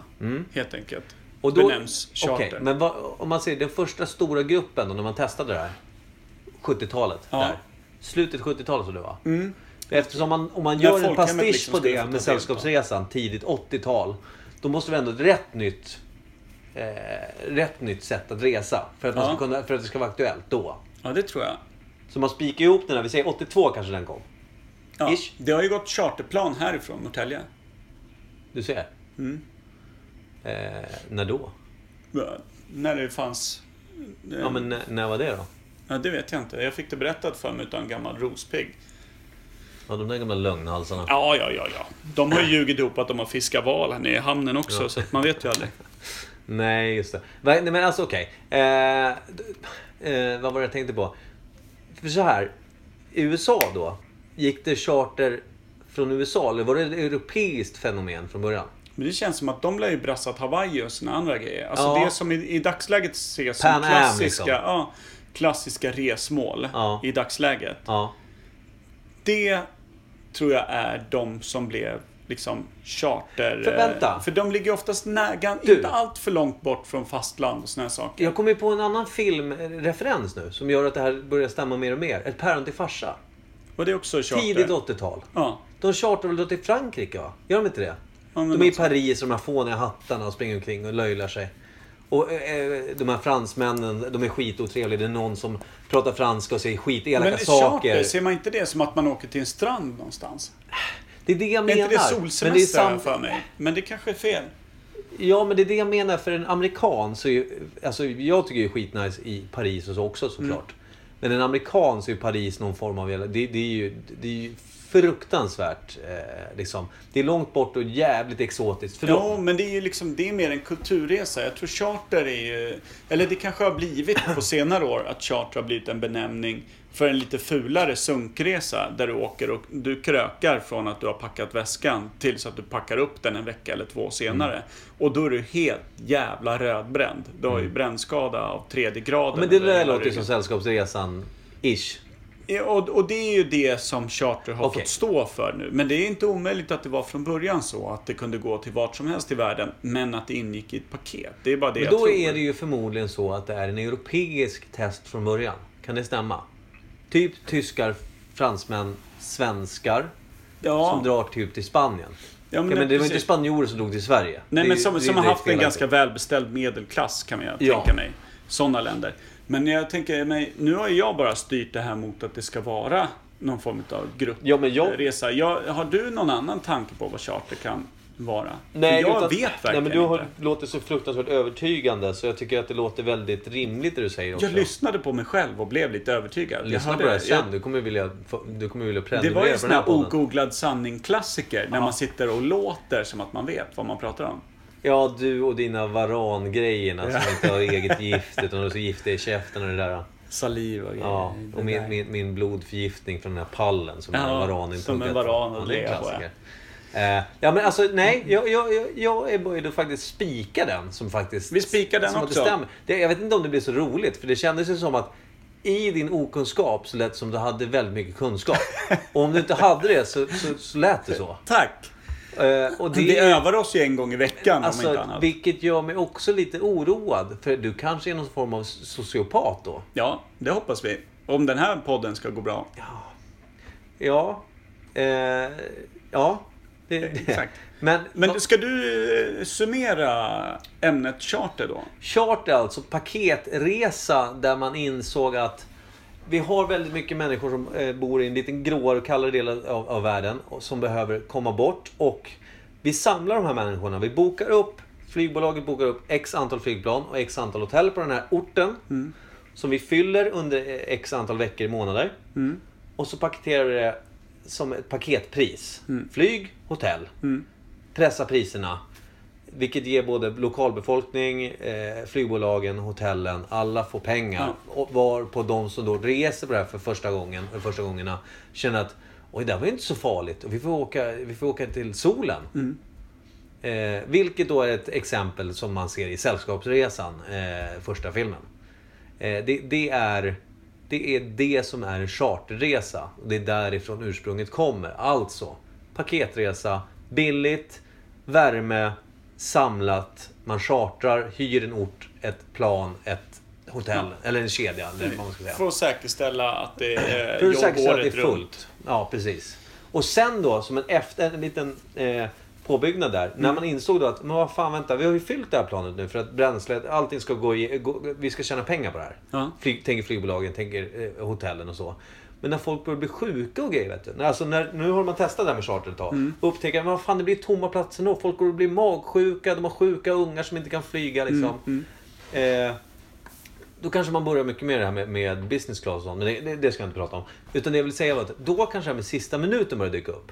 Speaker 1: helt enkelt.
Speaker 2: Mm. Och då,
Speaker 1: benämns charter.
Speaker 2: Okej, men vad, om man ser den första stora gruppen då, när man testade det här. 70-talet.
Speaker 1: Ja. Mm.
Speaker 2: Där. Slutet 70-talet så det var. Eftersom man, om man
Speaker 1: När
Speaker 2: gör en
Speaker 1: folkhemmet
Speaker 2: pastisch
Speaker 1: liksom
Speaker 2: på
Speaker 1: skulle
Speaker 2: det
Speaker 1: få ta
Speaker 2: med
Speaker 1: del
Speaker 2: Sällskapsresan, tidigt 80-tal. Då måste vi ändå ett rätt nytt, eh, rätt nytt sätt att resa. För att, man
Speaker 1: Ja.
Speaker 2: ska kunna, för att det ska vara aktuellt då.
Speaker 1: Ja, det tror jag.
Speaker 2: Så man spikar ihop den här, vi säger 82 kanske den kom.
Speaker 1: Ja.
Speaker 2: Ish.
Speaker 1: Det har ju gått charterplan härifrån Norrtälje.
Speaker 2: Du ser.
Speaker 1: Mm.
Speaker 2: Eh, när då?
Speaker 1: Ja, När det fanns... eh,
Speaker 2: Ja, men när, när var det då?
Speaker 1: Ja, det vet jag inte. Jag fick det berättat för mig utav en gammal rospigg.
Speaker 2: Ja, de där gamla lögnhalsarna.
Speaker 1: Ja, ja, ja, ja. De har ju ljugit ihop att de har fiskat val här nere i hamnen också, så att man vet ju aldrig.
Speaker 2: Nej, just det. Va- Nej, men alltså okej. Eh, d- eh, vad var det jag tänkte på? För så här. I USA då. Gick det charter från USA eller var det ett europeiskt fenomen från början?
Speaker 1: Men det känns som att de lär ju brassat Hawaii och sina andra grejer. Alltså
Speaker 2: Ja.
Speaker 1: det som i, i dagsläget ses
Speaker 2: Pan Am,
Speaker 1: som klassiska,
Speaker 2: liksom.
Speaker 1: ja, klassiska resmål
Speaker 2: Ja.
Speaker 1: i dagsläget.
Speaker 2: Ja.
Speaker 1: Det tror jag är de som blev liksom charter...
Speaker 2: För vänta.
Speaker 1: För de ligger oftast nä, gan,
Speaker 2: Du.
Speaker 1: inte allt för långt bort från fastland och såna här saker.
Speaker 2: Jag kommer ju på en annan filmreferens nu som gör att det här börjar stämma mer och mer. Ett päron till farsa.
Speaker 1: Och det är också charter.
Speaker 2: Tidigt 80-tal.
Speaker 1: Ja.
Speaker 2: De chartrar väl då till Frankrike va? Gör de inte det?
Speaker 1: Ja, men
Speaker 2: de är i
Speaker 1: alltså-
Speaker 2: Paris och de här fåniga hattarna och springer omkring och löjlar sig. Och eh, de här fransmännen, de är skitotrevliga. Det är någon som pratar franska och säger skitelaka
Speaker 1: Men
Speaker 2: saker.
Speaker 1: charter, ser man inte det som att man åker till en strand någonstans?
Speaker 2: Det är det jag
Speaker 1: Är
Speaker 2: menar.
Speaker 1: inte det
Speaker 2: men det är
Speaker 1: solsemester har jag
Speaker 2: sam...
Speaker 1: för mig? Men det kanske är fel.
Speaker 2: Ja, men det är det jag menar. För en amerikan så är ju... Alltså, jag tycker ju skitnice i Paris och så också
Speaker 1: Mm.
Speaker 2: såklart. Men en amerikan så är ju Paris någon form av... jävla- Det, det, är, ju, det är ju fruktansvärt eh, liksom. Det är långt bort och jävligt exotiskt för dem.
Speaker 1: Jo, men det är ju liksom, det är mer en kulturresa. Jag tror charter är ju, eller det kanske har blivit på senare år, att charter har blivit en benämning för en lite fulare sunkresa där du åker och du krökar från att du har packat väskan tills att du packar upp den en vecka eller två senare.
Speaker 2: Mm.
Speaker 1: Och då är du helt jävla rödbränd. Du har ju brännskada av tredje graden.
Speaker 2: Mm. Men det
Speaker 1: över
Speaker 2: där
Speaker 1: hela
Speaker 2: låter ju som
Speaker 1: ryggen.
Speaker 2: Sällskapsresan-ish.
Speaker 1: Ja, Och, och det är ju det som charter har
Speaker 2: Okej.
Speaker 1: fått stå för nu. Men det är inte omöjligt att det var från början så att det kunde gå till vart som helst i världen. Men att det ingick i ett paket. Det är bara det
Speaker 2: Men
Speaker 1: jag
Speaker 2: då
Speaker 1: tror.
Speaker 2: är det ju förmodligen så att det är en europeisk test från början. Kan det stämma? Typ tyskar, fransmän, svenskar
Speaker 1: ja.
Speaker 2: som drar typ till Spanien. Ja,
Speaker 1: Ja,
Speaker 2: men
Speaker 1: men
Speaker 2: det var
Speaker 1: precis.
Speaker 2: inte spanjorer som drog till Sverige.
Speaker 1: Nej,
Speaker 2: Det är-
Speaker 1: men som,
Speaker 2: det är
Speaker 1: som har
Speaker 2: direkt
Speaker 1: haft en
Speaker 2: felaktigt.
Speaker 1: ganska välbeställd medelklass kan jag
Speaker 2: Ja.
Speaker 1: tänka mig. Sådana länder. Men jag tänker mig, nu har jag bara styrt det här mot att det ska vara någon form av gruppresa.
Speaker 2: Ja, men jag-
Speaker 1: jag... Har du någon annan tanke på vad charter kan vara?
Speaker 2: Nej,
Speaker 1: För jag
Speaker 2: utan-
Speaker 1: vet verkligen
Speaker 2: nej, men du har,
Speaker 1: inte.
Speaker 2: låter så fruktansvärt övertygande så jag tycker att det låter väldigt rimligt det du säger också.
Speaker 1: Jag lyssnade på mig själv och blev lite övertygad. Jag
Speaker 2: Lyssna på
Speaker 1: hade-
Speaker 2: det här sen.
Speaker 1: jag-
Speaker 2: Du kommer vilja, du kommer vilja
Speaker 1: Det
Speaker 2: prenumerera
Speaker 1: var ju
Speaker 2: på
Speaker 1: sån
Speaker 2: den här
Speaker 1: här
Speaker 2: podden.
Speaker 1: ogooglad sanning-klassiker, när man sitter och låter som att man vet vad man pratar om.
Speaker 2: Ja, du och dina varangrejerna som inte har eget gift utan är så giftiga i käften och det där.
Speaker 1: Saliv och grejer.
Speaker 2: Ja,
Speaker 1: Det
Speaker 2: och
Speaker 1: där.
Speaker 2: min, min, min blodförgiftning från den här pallen som
Speaker 1: Ja,
Speaker 2: en varan är
Speaker 1: som en
Speaker 2: intuggad
Speaker 1: varan
Speaker 2: från.
Speaker 1: och
Speaker 2: Ja, det är en
Speaker 1: det, ja.
Speaker 2: klassiker. Eh, ja men alltså nej, jag, jag, jag, jag är böjd att faktiskt spika den som faktiskt...
Speaker 1: Vi spikar den
Speaker 2: som att
Speaker 1: också.
Speaker 2: Det stämmer. Det, jag vet inte om det blir så roligt för det kändes ju som att i din okunskap så lät det som du hade väldigt mycket kunskap. Och om du inte hade det så, så, så lät det så.
Speaker 1: Tack!
Speaker 2: Eh, och det,
Speaker 1: Vi övar oss ju en gång i veckan om inte
Speaker 2: Alltså,
Speaker 1: annat.
Speaker 2: vilket gör mig också lite oroad. För du kanske är någon form av sociopat då?
Speaker 1: Ja, det hoppas vi. Om den här podden ska gå bra.
Speaker 2: Ja. Eh, ja. Det,
Speaker 1: Exakt.
Speaker 2: Men,
Speaker 1: Men ska du eh, summera ämnet charter då?
Speaker 2: charter alltså, paketresa där man insåg att vi har väldigt mycket människor som eh, bor i en liten gråare och kallare del av, av världen och som behöver komma bort. Och vi samlar de här människorna. Vi bokar upp, flygbolaget bokar upp x antal flygplan och x antal hotell på den här orten. Som vi fyller under eh, x antal veckor, månader. Och så paketerar vi det som ett paketpris. Flyg, hotell. Pressa priserna. Vilket ger både lokalbefolkning, eh, flygbolagen, hotellen, alla får pengar. Och var på de som då reser på det här för första gången, för första gångerna, känner att oj, det här var ju inte så farligt. Och vi får åka, vi får åka till solen. Eh, vilket då är ett exempel som man ser i Sällskapsresan, eh, första filmen. Eh, det, det, är, det är det som är en charterresa. Och det är därifrån ursprunget kommer. Alltså, paketresa, billigt, värme, samlat. Man chartrar, hyr en ort, ett plan, ett hotell, eller en kedja. Eller vad man ska säga.
Speaker 1: För att säkerställa att det är
Speaker 2: För
Speaker 1: jobb
Speaker 2: att säkerställa att det är
Speaker 1: året
Speaker 2: fullt.
Speaker 1: runt.
Speaker 2: Ja, precis. Och sen då, som en, efter, en liten eh, påbyggnad där. När man insåg då att, men vad fan vänta, vi har ju fyllt det här planet nu för att bränslet, allting ska gå i, gå, vi ska tjäna pengar på det här.
Speaker 1: Ja.
Speaker 2: Flyg, tänker flygbolagen, tänker eh, hotellen och så. Men när folk börjar bli sjuka och grejer, vet du. När- Alltså när, nu har man testat det här med charter ett tag. Och upptäcker, men vad fan det blir tomma platser då. Folk går och blir magsjuka, de har sjuka ungar som inte kan flyga liksom. Eh, då kanske man börjar mycket mer det här med, med business class och sånt, men det, det, det ska jag inte prata om. Utan det jag vill säga var att då kanske det här med sista minuten börjar dyka upp.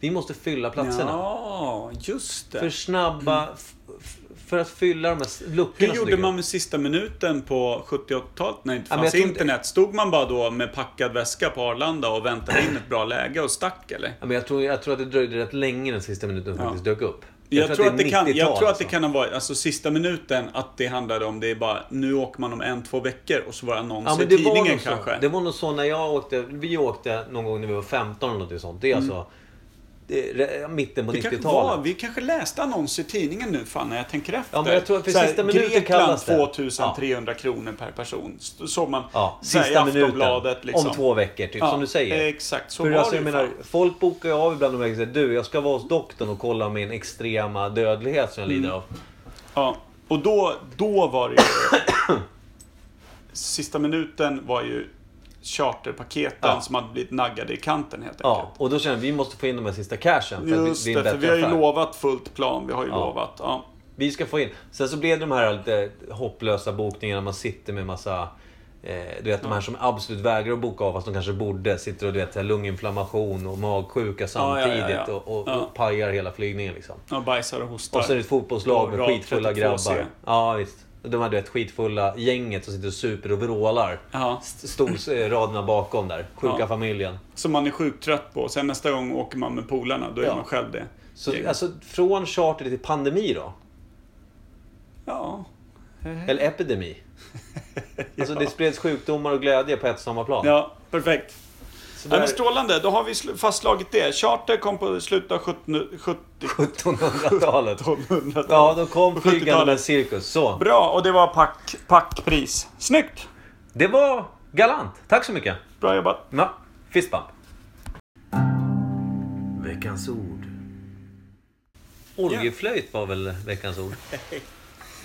Speaker 2: Vi måste fylla platserna.
Speaker 1: Ja, just det.
Speaker 2: För snabba, f- f- för att fylla de här s- luckorna
Speaker 1: Hur
Speaker 2: som
Speaker 1: gjorde
Speaker 2: dyker
Speaker 1: man
Speaker 2: upp.
Speaker 1: med sista minuten på 70 och 80-talet när det inte
Speaker 2: Ja, men jag
Speaker 1: fanns
Speaker 2: tror inte-
Speaker 1: internet? Stod man bara då med packad väska på Arlanda och väntade in ett bra läge och stack eller?
Speaker 2: Ja, men jag, tror, jag tror att det dröjde rätt länge den sista minuten faktiskt dök upp.
Speaker 1: Jag, tror att det, kan,
Speaker 2: 90-tal,
Speaker 1: jag tror att
Speaker 2: alltså.
Speaker 1: det kan ha varit, alltså sista minuten, att det handlade om det är bara, nu åker man om en, två veckor och så var det annons
Speaker 2: Ja,
Speaker 1: i
Speaker 2: men det var
Speaker 1: tidningen
Speaker 2: nog så.
Speaker 1: kanske.
Speaker 2: Det var nog så när jag åkte. Vi åkte någon gång när vi var 15 eller något sånt. Det är alltså det är re- mitten på
Speaker 1: Mm. Det kanske
Speaker 2: 90-talet.
Speaker 1: var, vi kanske läste annons i tidningen nu fan när jag tänker efter.
Speaker 2: Ja, men jag tror att för
Speaker 1: Så här,
Speaker 2: sista minuten
Speaker 1: Grekland
Speaker 2: kallas det.
Speaker 1: 2300 kronor per person. Så såg man
Speaker 2: Ja,
Speaker 1: så här, i
Speaker 2: sista minuten.
Speaker 1: Aftonbladet liksom.
Speaker 2: Om två veckor, typ,
Speaker 1: Ja,
Speaker 2: som du säger.
Speaker 1: Exakt, så
Speaker 2: För
Speaker 1: var
Speaker 2: alltså,
Speaker 1: det
Speaker 2: jag
Speaker 1: ju
Speaker 2: menar,
Speaker 1: fan.
Speaker 2: folk bokar ju av ibland och säger du, jag ska vara hos doktorn och kolla min extrema dödlighet som jag lider
Speaker 1: Mm.
Speaker 2: av.
Speaker 1: Ja, och då, då var det ju... Sista minuten var ju charterpaketen
Speaker 2: Ja.
Speaker 1: som hade blivit naggade i kanten helt
Speaker 2: Ja,
Speaker 1: enkelt.
Speaker 2: och då känner vi, vi måste få in de här sista cashen. För
Speaker 1: Just
Speaker 2: att
Speaker 1: det,
Speaker 2: det, det
Speaker 1: för
Speaker 2: är en
Speaker 1: vi
Speaker 2: bättre
Speaker 1: har ju
Speaker 2: affär.
Speaker 1: lovat fullt plan. Vi har ju lovat. Ja.
Speaker 2: Vi ska få in. Sen så blev det de här lite hopplösa bokningarna. Man sitter med massa... Eh, du vet de här som absolut vägrar att boka av fast de kanske borde. Sitter och du vet lunginflammation och magsjuka
Speaker 1: ja, ja,
Speaker 2: samtidigt.
Speaker 1: ja.
Speaker 2: Och, och,
Speaker 1: Ja.
Speaker 2: och pajar hela flygningen liksom.
Speaker 1: ja, bajsar och hostar.
Speaker 2: Och så är det ett fotbollslag med
Speaker 1: Rad
Speaker 2: skitfulla
Speaker 1: 32C.
Speaker 2: grabbar. Ja, visst. Och De här du vet, skitfulla gänget som sitter och super och vrålar.
Speaker 1: Ja.
Speaker 2: St- Stod eh, raderna bakom där. Sjuka
Speaker 1: Ja.
Speaker 2: familjen.
Speaker 1: Som man är sjukt trött på. Sen nästa gång åker man med polarna, då är
Speaker 2: Ja.
Speaker 1: man själv det.
Speaker 2: Så
Speaker 1: Gäng.
Speaker 2: alltså från charter till pandemi då?
Speaker 1: Ja.
Speaker 2: Eller epidemi? Alltså det spreds sjukdomar och glädje på ett och samma plan.
Speaker 1: ja, perfekt.
Speaker 2: Så
Speaker 1: Ja,
Speaker 2: där-
Speaker 1: men strålande, då har vi sl- fastslagit det. Charter kom på slutet av 70 70
Speaker 2: 1700-talet.
Speaker 1: 1700-talet.
Speaker 2: Ja, de kom flygande
Speaker 1: 70-talet.
Speaker 2: med cirkus. Så.
Speaker 1: Bra, och det var pack, packpris. Snyggt!
Speaker 2: Det var galant. Tack så mycket.
Speaker 1: Bra jobbat.
Speaker 2: Ja, fist bump. Veckans ord. Oljeflöjt var väl veckans ord?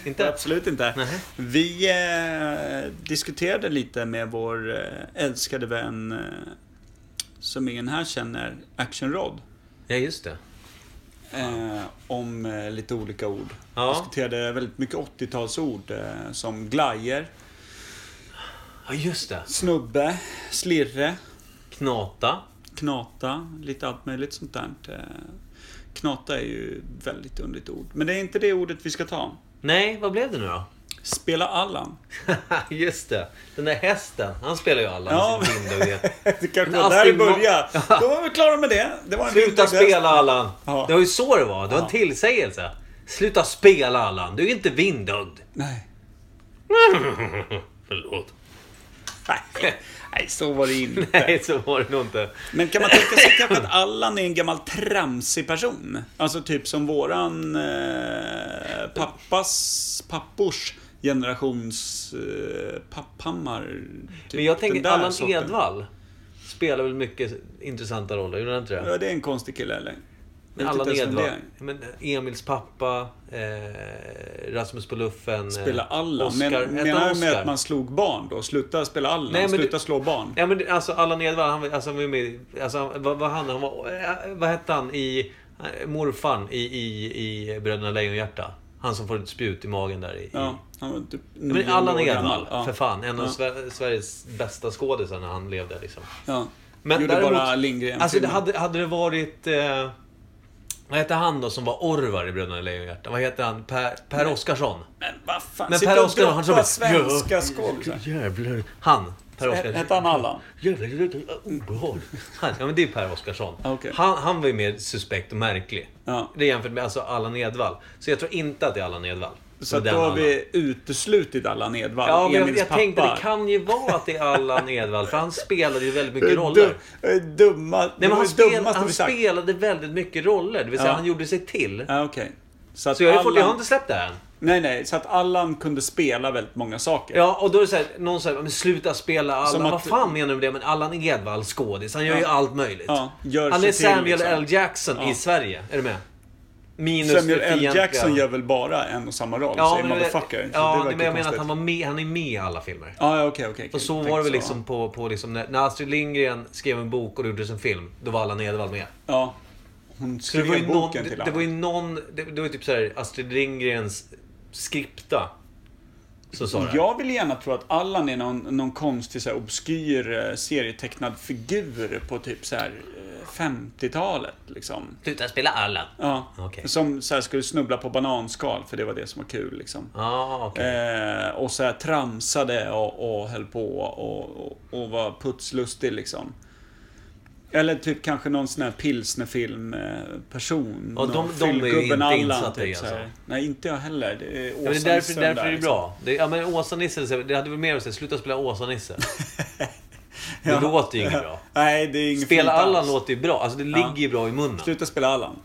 Speaker 2: Inte?
Speaker 1: Absolut inte. Vi eh, diskuterade lite med vår eh, älskade vän, eh, som ingen här känner, Action Rod.
Speaker 2: Ja, just det.
Speaker 1: Eh, om eh, lite olika ord.
Speaker 2: Ja.
Speaker 1: Diskuterade väldigt mycket 80-talsord eh, som glajer,
Speaker 2: Ja, just det.
Speaker 1: snubbe, slirre,
Speaker 2: Knata.
Speaker 1: knata, lite allt möjligt sånt där. Eh, Knata är ju ett väldigt underligt ord. Men det är inte det ordet vi ska ta.
Speaker 2: Nej, vad blev det nu då?
Speaker 1: Spela Allan.
Speaker 2: just det. Den där hästen. Han spelar ju alla med
Speaker 1: Ja.
Speaker 2: sin vind och det.
Speaker 1: Det kanske
Speaker 2: Men
Speaker 1: var där det
Speaker 2: Astrid-
Speaker 1: började. Då var vi klara med det. det var en
Speaker 2: Sluta
Speaker 1: vintergäst.
Speaker 2: spela Allan!
Speaker 1: Ja.
Speaker 2: Det var ju så det var. Det var en tillsägelse. Sluta spela Allan! Du är inte vindögd.
Speaker 1: Nej.
Speaker 2: Förlåt.
Speaker 1: Nej. Nej, så var det inte.
Speaker 2: Nej, så var det nog inte.
Speaker 1: Men kan man tänka sig kanske att Allan är en gammal tramsig person? Alltså typ som våran eh, pappas, pappors generations eh, papphammar. Typ.
Speaker 2: Men jag
Speaker 1: Den
Speaker 2: tänker
Speaker 1: där
Speaker 2: Allan
Speaker 1: sorten.
Speaker 2: Edwall spelar väl mycket intressanta roller, gjorde han inte det?
Speaker 1: Ja, det är en konstig kille eller? Jag
Speaker 2: Men
Speaker 1: vet
Speaker 2: Allan
Speaker 1: inte ens vem
Speaker 2: Edwall.
Speaker 1: det är.
Speaker 2: Men Emils pappa, eh, Rasmus på luffen. eh,
Speaker 1: Spela Allan.
Speaker 2: Oscar.
Speaker 1: Men,
Speaker 2: Hette han
Speaker 1: menar du med
Speaker 2: Oscar?
Speaker 1: att man slog barn då? Sluta spela Allan,
Speaker 2: Nej, men
Speaker 1: sluta
Speaker 2: det-
Speaker 1: slå barn.
Speaker 2: Ja men det- alltså Allan Edwall, han, var- alltså, han var ju med i- alltså, han- vad, vad, han, han var, eh, vad hette han i... eh, Morfarn i, i, i Bröderna Lejonhjärta. Han som får ett spjut i magen där i...
Speaker 1: Ja, han var typ
Speaker 2: i. Men
Speaker 1: nio
Speaker 2: Allan
Speaker 1: år
Speaker 2: Edwall,
Speaker 1: gammal. Ja.
Speaker 2: för fan. En av
Speaker 1: Ja.
Speaker 2: Sver- Sveriges bästa skådisar när han levde liksom.
Speaker 1: Ja.
Speaker 2: Men
Speaker 1: Gjorde
Speaker 2: däremot-
Speaker 1: bara Lindgren
Speaker 2: Alltså det hade, hade det varit... Eh, vad hette han då som var Orvar i Bröderna Lejonhjärta? Vad heter han? Per, per Oscarsson?
Speaker 1: Men vad fan,
Speaker 2: Men
Speaker 1: sitter
Speaker 2: Per
Speaker 1: och
Speaker 2: Oscar, han som
Speaker 1: droppar
Speaker 2: bara,
Speaker 1: svenska skådisar.
Speaker 2: Jävlar. Han. Per Oscarsson.
Speaker 1: Hette han Allan?
Speaker 2: Jävlar, jävlar, jävlar, obehag. Han, ja men det är Per Oscarsson.
Speaker 1: Ah, okej.
Speaker 2: Han, han var ju mer suspekt och märklig.
Speaker 1: Ja.
Speaker 2: Det är jämfört med alltså Allan Edwall. Så jag tror inte att det är Allan Edwall.
Speaker 1: Så
Speaker 2: Det
Speaker 1: att
Speaker 2: är
Speaker 1: då
Speaker 2: den
Speaker 1: har
Speaker 2: Allan.
Speaker 1: vi uteslutit Allan Edwall,
Speaker 2: Ja, men jag,
Speaker 1: Emils
Speaker 2: jag
Speaker 1: pappa.
Speaker 2: tänkte det kan ju vara att det är Allan Edwall. För han spelade ju väldigt
Speaker 1: Det är
Speaker 2: mycket roller.
Speaker 1: du- det är Dumma... det var
Speaker 2: Nej, men han,
Speaker 1: det
Speaker 2: spel,
Speaker 1: dummaste
Speaker 2: han
Speaker 1: vi sagt.
Speaker 2: spelade väldigt mycket roller. Det vill säga,
Speaker 1: Ja.
Speaker 2: han gjorde sig till.
Speaker 1: Ja, okej. Så att
Speaker 2: Så jag, har ju fått, jag har
Speaker 1: Allan...
Speaker 2: inte släppt det här än.
Speaker 1: Nej, nej. Så att Allan kunde spela väldigt många saker.
Speaker 2: Ja, och då är det så här, någon säger men sluta spela Allan.
Speaker 1: Som
Speaker 2: Vad
Speaker 1: att-
Speaker 2: fan menar du med det? Men Allan Edwall, skådis. Han gör ju
Speaker 1: Ja.
Speaker 2: allt möjligt.
Speaker 1: Ja, gör
Speaker 2: han
Speaker 1: sig
Speaker 2: är
Speaker 1: till,
Speaker 2: Samuel
Speaker 1: liksom.
Speaker 2: L. Jackson
Speaker 1: Ja.
Speaker 2: i Sverige. Är du med? Minus
Speaker 1: Samuel
Speaker 2: det
Speaker 1: L.
Speaker 2: fientliga.
Speaker 1: Jackson gör väl bara en och samma roll,
Speaker 2: Ja,
Speaker 1: säger
Speaker 2: men,
Speaker 1: motherfucker. Så
Speaker 2: ja,
Speaker 1: verkar
Speaker 2: men jag menar att
Speaker 1: konstigt.
Speaker 2: han, var med, han är med i alla filmer.
Speaker 1: Ja, ja, okej, okej.
Speaker 2: Och
Speaker 1: okej.
Speaker 2: så
Speaker 1: Tänkte
Speaker 2: var det väl liksom på, på liksom när, när Astrid Lindgren skrev en bok och det gjordes en film. Då var Allan Edwall med.
Speaker 1: Ja. Hon
Speaker 2: Så det
Speaker 1: skrev
Speaker 2: var ju
Speaker 1: boken
Speaker 2: någon,
Speaker 1: till
Speaker 2: det, det
Speaker 1: Allan.
Speaker 2: var ju någon, det, det var ju typ såhär Astrid Lindgrens skripta. Som sa det.
Speaker 1: Jag vill gärna tro att Allan är någon, någon konstig så här, obskyr eh, serietecknad figur på typ så här eh, 50-talet liksom.
Speaker 2: Sluta spela Allan.
Speaker 1: Ja.
Speaker 2: Okej.
Speaker 1: Som så här, skulle snubbla på bananskal för det var det som var kul liksom.
Speaker 2: Ja, ah, okej.
Speaker 1: Eh, och så här tramsade och, och höll på och, och, och var putslustig liksom. Eller typ kanske någon sån här eh, pilsnerfilm-person.
Speaker 2: Ja, de- de är ju inte insatta i, alltså.
Speaker 1: typ Nej, inte jag heller. Det är
Speaker 2: Ja, men det är därför,
Speaker 1: Åsa-Nissen
Speaker 2: därför
Speaker 1: där,
Speaker 2: är det
Speaker 1: liksom.
Speaker 2: bra. Det, ja, men Åsa-Nisse, så här, det hade väl mer att säga, sluta spela Åsa-Nisse. Det
Speaker 1: liksom. Ja.
Speaker 2: låter ju inget bra.
Speaker 1: Nej, det är inget
Speaker 2: Spela
Speaker 1: fint
Speaker 2: Allan
Speaker 1: alls.
Speaker 2: låter ju bra. Alltså det ligger ju bra i munnen.
Speaker 1: Sluta spela Allan.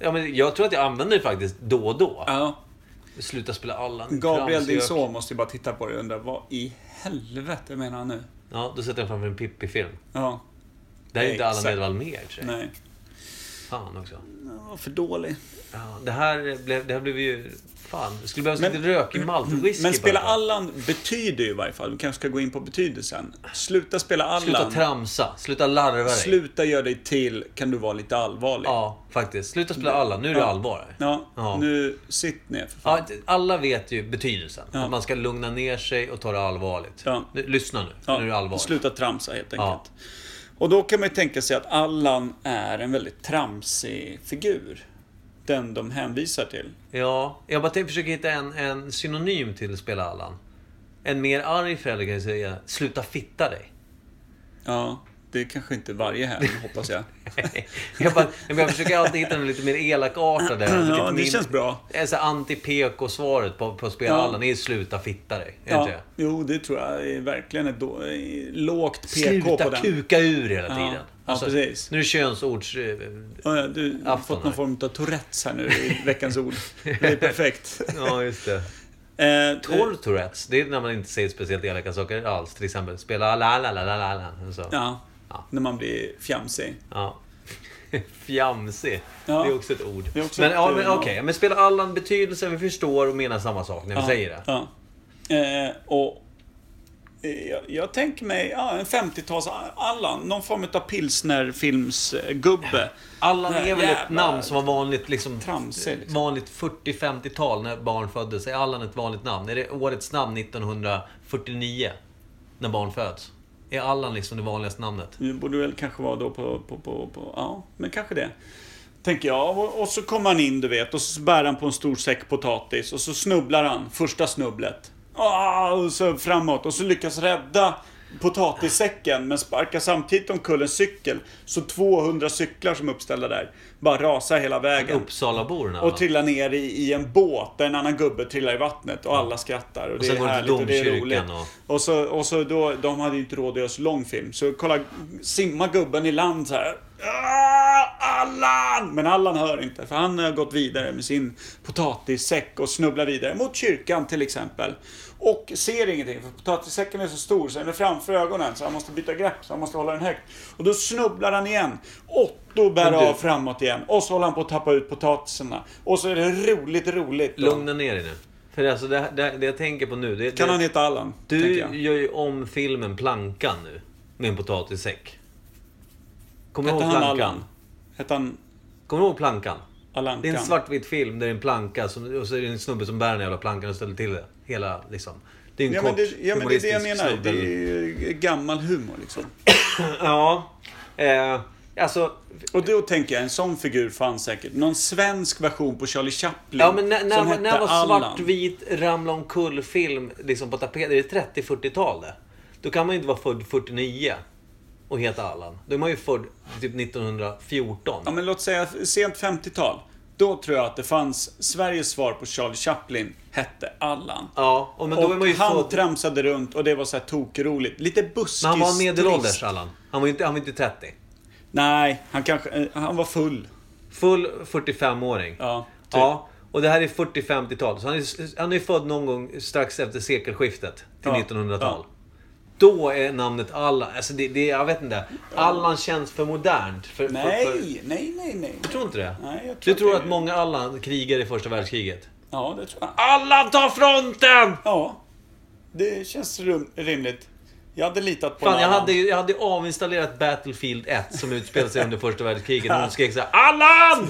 Speaker 2: Ja, men jag tror att jag använder det faktiskt då och då.
Speaker 1: Ja.
Speaker 2: Sluta spela Allan.
Speaker 1: Gabriel,
Speaker 2: Trams,
Speaker 1: din
Speaker 2: jag-
Speaker 1: son, måste ju bara titta på det och undra vad i helvete menar han nu?
Speaker 2: Ja, då sätter jag framför en Pippi-film.
Speaker 1: Ja,
Speaker 2: Där är inte Allan
Speaker 1: Exakt.
Speaker 2: Edwall med i och för sig.
Speaker 1: nej.
Speaker 2: Fan också.
Speaker 1: Ja, för dålig.
Speaker 2: Ja, det, här blev, det här blev ju... Fan, det skulle behövas lite rökig maltwhisky.
Speaker 1: Mm. Men spela
Speaker 2: bara.
Speaker 1: Allan betyder ju i varje fall, vi kanske ska gå in på betydelsen. Sluta spela
Speaker 2: Sluta
Speaker 1: Allan.
Speaker 2: tramsa. Sluta larva dig.
Speaker 1: Sluta göra dig till, kan du vara lite allvarlig.
Speaker 2: Ja, faktiskt. Sluta spela Allan. Nu är det
Speaker 1: Mm. Ja.
Speaker 2: allvar. här.
Speaker 1: Ja,
Speaker 2: Ja.
Speaker 1: nu, sitt ner för fan.
Speaker 2: Ja, alla vet ju betydelsen.
Speaker 1: Ja.
Speaker 2: Att man ska lugna ner sig och ta det allvarligt.
Speaker 1: Ja.
Speaker 2: Nu, lyssna nu.
Speaker 1: Ja,
Speaker 2: Nu är det allvar.
Speaker 1: Sluta tramsa helt
Speaker 2: Ja.
Speaker 1: enkelt. Och då kan man ju tänka sig att Allan är en väldigt tramsig figur. Den de hänvisar till.
Speaker 2: Ja, jag bara tänkte försöka hitta en, en synonym till spela Allan. En mer arg förälder kan ju säga, sluta fitta dig.
Speaker 1: Ja, det är kanske inte varje hem, hoppas jag.
Speaker 2: jag, bara, men jag försöker alltid hitta den lite mer elakartade. Typ
Speaker 1: Ja,
Speaker 2: lite
Speaker 1: det känns bra.
Speaker 2: Eh, så här Anti-PK-svaret på, på spela
Speaker 1: Ja.
Speaker 2: Allan är sluta fitta dig. Är
Speaker 1: Ja,
Speaker 2: inte det?
Speaker 1: jo, det tror jag är verkligen ett då, eh, lågt PK på
Speaker 2: Sluta
Speaker 1: den.
Speaker 2: kuka ur hela
Speaker 1: Ja,
Speaker 2: tiden. Alltså,
Speaker 1: ja, precis.
Speaker 2: Nu är det könords... eh,
Speaker 1: Ja, ja, du har
Speaker 2: Afton
Speaker 1: fått
Speaker 2: här.
Speaker 1: någon form av Tourettes här nu i veckans ord. Det är perfekt.
Speaker 2: Ja, just det.
Speaker 1: Eh,
Speaker 2: Torr Tourettes, det är när man inte säger speciellt elaka saker alls. Till exempel spela la la la la la la. och Så.
Speaker 1: Ja,
Speaker 2: Ja.
Speaker 1: när man blir fjamsig.
Speaker 2: Ja. Fjamsig.
Speaker 1: Ja.
Speaker 2: Det är också ett ord.
Speaker 1: Det är också
Speaker 2: men
Speaker 1: ett,
Speaker 2: ja, men
Speaker 1: eh,
Speaker 2: okej. Men spelar Allan betydelsen, vi förstår och menar samma sak när vi
Speaker 1: Ja,
Speaker 2: säger det.
Speaker 1: Ja. Eh, och eh, jag, jag tänker mig ja, en 50-tals Allan, någon form av pilsnerfilmsgubbe.
Speaker 2: Allan
Speaker 1: Nej,
Speaker 2: är väl ett
Speaker 1: jävlar.
Speaker 2: namn som var vanligt liksom,
Speaker 1: Tramsig, liksom.
Speaker 2: vanligt 40-50-tal när barn föddes. Är Allan ett vanligt namn? Är det årets namn 1949? När barn föds? Är Allan liksom det vanligaste namnet?
Speaker 1: Det borde väl kanske vara då på, på, på, på ja, men kanske det. Tänker jag. Och, och så kommer han in, du vet, och så bär han på en stor säck potatis och så snubblar han, första snubblet. Ah, och så framåt och så lyckas rädda potatissäcken men sparkar samtidigt omkull en cykel. Så 200 cyklar som är uppställda där bara rasar hela vägen.
Speaker 2: Uppsalaborna?
Speaker 1: Och typ trillar ner i, i en båt där en annan gubbe trillar i vattnet och alla skrattar. Och, det
Speaker 2: sen
Speaker 1: är
Speaker 2: går det till
Speaker 1: härligt och det är roligt.
Speaker 2: domkyrkan
Speaker 1: Och... så, och så då, de hade ju inte råd att göra så lång film. Så kolla, simma gubben i land så här. "Ah, Allan! Men Allan hör inte för han har gått vidare med sin potatissäck och snubblar vidare mot kyrkan till exempel. Och ser ingenting för potatissäcken är så stor så den är framför ögonen så han måste byta grepp så han måste hålla den högt. Och då snubblar han igen. Otto bär
Speaker 2: Men du-
Speaker 1: av framåt igen och så håller han på att tappa ut potatisarna. Och så är det roligt, roligt. då.
Speaker 2: Lugna ner dig nu. För alltså det, det, det jag tänker på nu... Det,
Speaker 1: Kan
Speaker 2: det,
Speaker 1: han heta Allan?
Speaker 2: Du
Speaker 1: tänker jag.
Speaker 2: gör ju om filmen Plankan nu. Med en potatissäck. Kommer du
Speaker 1: Hette
Speaker 2: ihåg
Speaker 1: han
Speaker 2: Plankan?
Speaker 1: Allan? Hette han
Speaker 2: Kommer du ihåg Plankan?
Speaker 1: Allan
Speaker 2: Det är en
Speaker 1: Khan?
Speaker 2: svartvit film där det är en planka som, och så är det en snubbe som bär den jävla plankan och ställer till det. Hela liksom. Det är en
Speaker 1: Ja
Speaker 2: kort
Speaker 1: men, det, ja men det är det jag
Speaker 2: humoristisk
Speaker 1: menar. Det
Speaker 2: snubbel.
Speaker 1: är ju gammal humor liksom.
Speaker 2: Ja. Eh, alltså...
Speaker 1: Och då tänker jag, en sån figur fanns säkert. Någon svensk version på Charlie Chaplin.
Speaker 2: Ja men när,
Speaker 1: som
Speaker 2: när,
Speaker 1: hette
Speaker 2: när var
Speaker 1: Allan.
Speaker 2: svartvit ramla omkull-film liksom på tapeten? Är det 30-40-tal det? Då kan man ju inte vara född 49 och heta Allan. Då är man ju född typ 1914.
Speaker 1: Ja men låt säga sent 50-tal. Då tror jag att det fanns, Sveriges svar på Charlie Chaplin hette Allan.
Speaker 2: Ja, och men då är man
Speaker 1: och
Speaker 2: ju
Speaker 1: han
Speaker 2: född...
Speaker 1: tramsade runt och det var så här tokroligt. Lite buskis.
Speaker 2: Men han var medelålders
Speaker 1: trist.
Speaker 2: Allan. Han var ju inte, han var inte 30.
Speaker 1: Nej, han kanske, eh, han var full.
Speaker 2: Full 45-åring.
Speaker 1: Ja, typ.
Speaker 2: Ja, och det här är 40-50-tal. Så han är, han är född någon gång strax efter sekelskiftet till
Speaker 1: Ja,
Speaker 2: 1900-tal.
Speaker 1: ja.
Speaker 2: Då är namnet Allan... Alltså det, det, jag vet inte. Allan känns för modernt. För, För, för,
Speaker 1: Nej, nej, nej, nej.
Speaker 2: jag tror inte det.
Speaker 1: Nej, jag
Speaker 2: du
Speaker 1: tror
Speaker 2: tror
Speaker 1: det
Speaker 2: att,
Speaker 1: är-
Speaker 2: många Allan krigar i första världskriget?
Speaker 1: Ja, det tror jag.
Speaker 2: Allan tar fronten!
Speaker 1: Ja, det känns rum- rimligt. Jag hade litat på
Speaker 2: Fan,
Speaker 1: en
Speaker 2: jag
Speaker 1: annan.
Speaker 2: hade, ju- jag hade avinstallerat Battlefield 1 som utspelade sig under första världskriget. Och de skrek såhär Allan!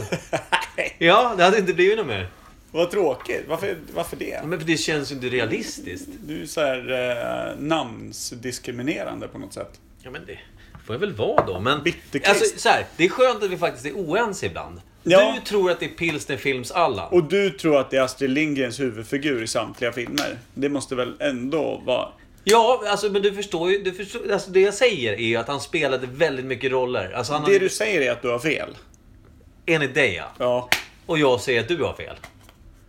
Speaker 1: Nej,
Speaker 2: Ja, det hade inte blivit något mer.
Speaker 1: Vad tråkigt. Varför, varför det?
Speaker 2: Ja, Men för det känns ju inte realistiskt.
Speaker 1: Du är så här eh, namnsdiskriminerande på något sätt.
Speaker 2: Ja men det får jag väl vara då. Men
Speaker 1: Bitterkvist.
Speaker 2: alltså, så här, det är skönt att vi faktiskt är oense ibland.
Speaker 1: Ja.
Speaker 2: Du tror att det är pilsnerfilms Allan.
Speaker 1: Och du tror att det är Astrid Lindgrens huvudfigur i samtliga filmer. Det måste väl ändå vara...
Speaker 2: Ja, alltså, men du förstår ju. Du förstår, alltså, det jag säger är ju att han spelade väldigt mycket roller. Alltså, han
Speaker 1: Det
Speaker 2: har,
Speaker 1: du säger är att du har fel.
Speaker 2: Enligt dig ja.
Speaker 1: Ja,
Speaker 2: Och jag säger att du har fel.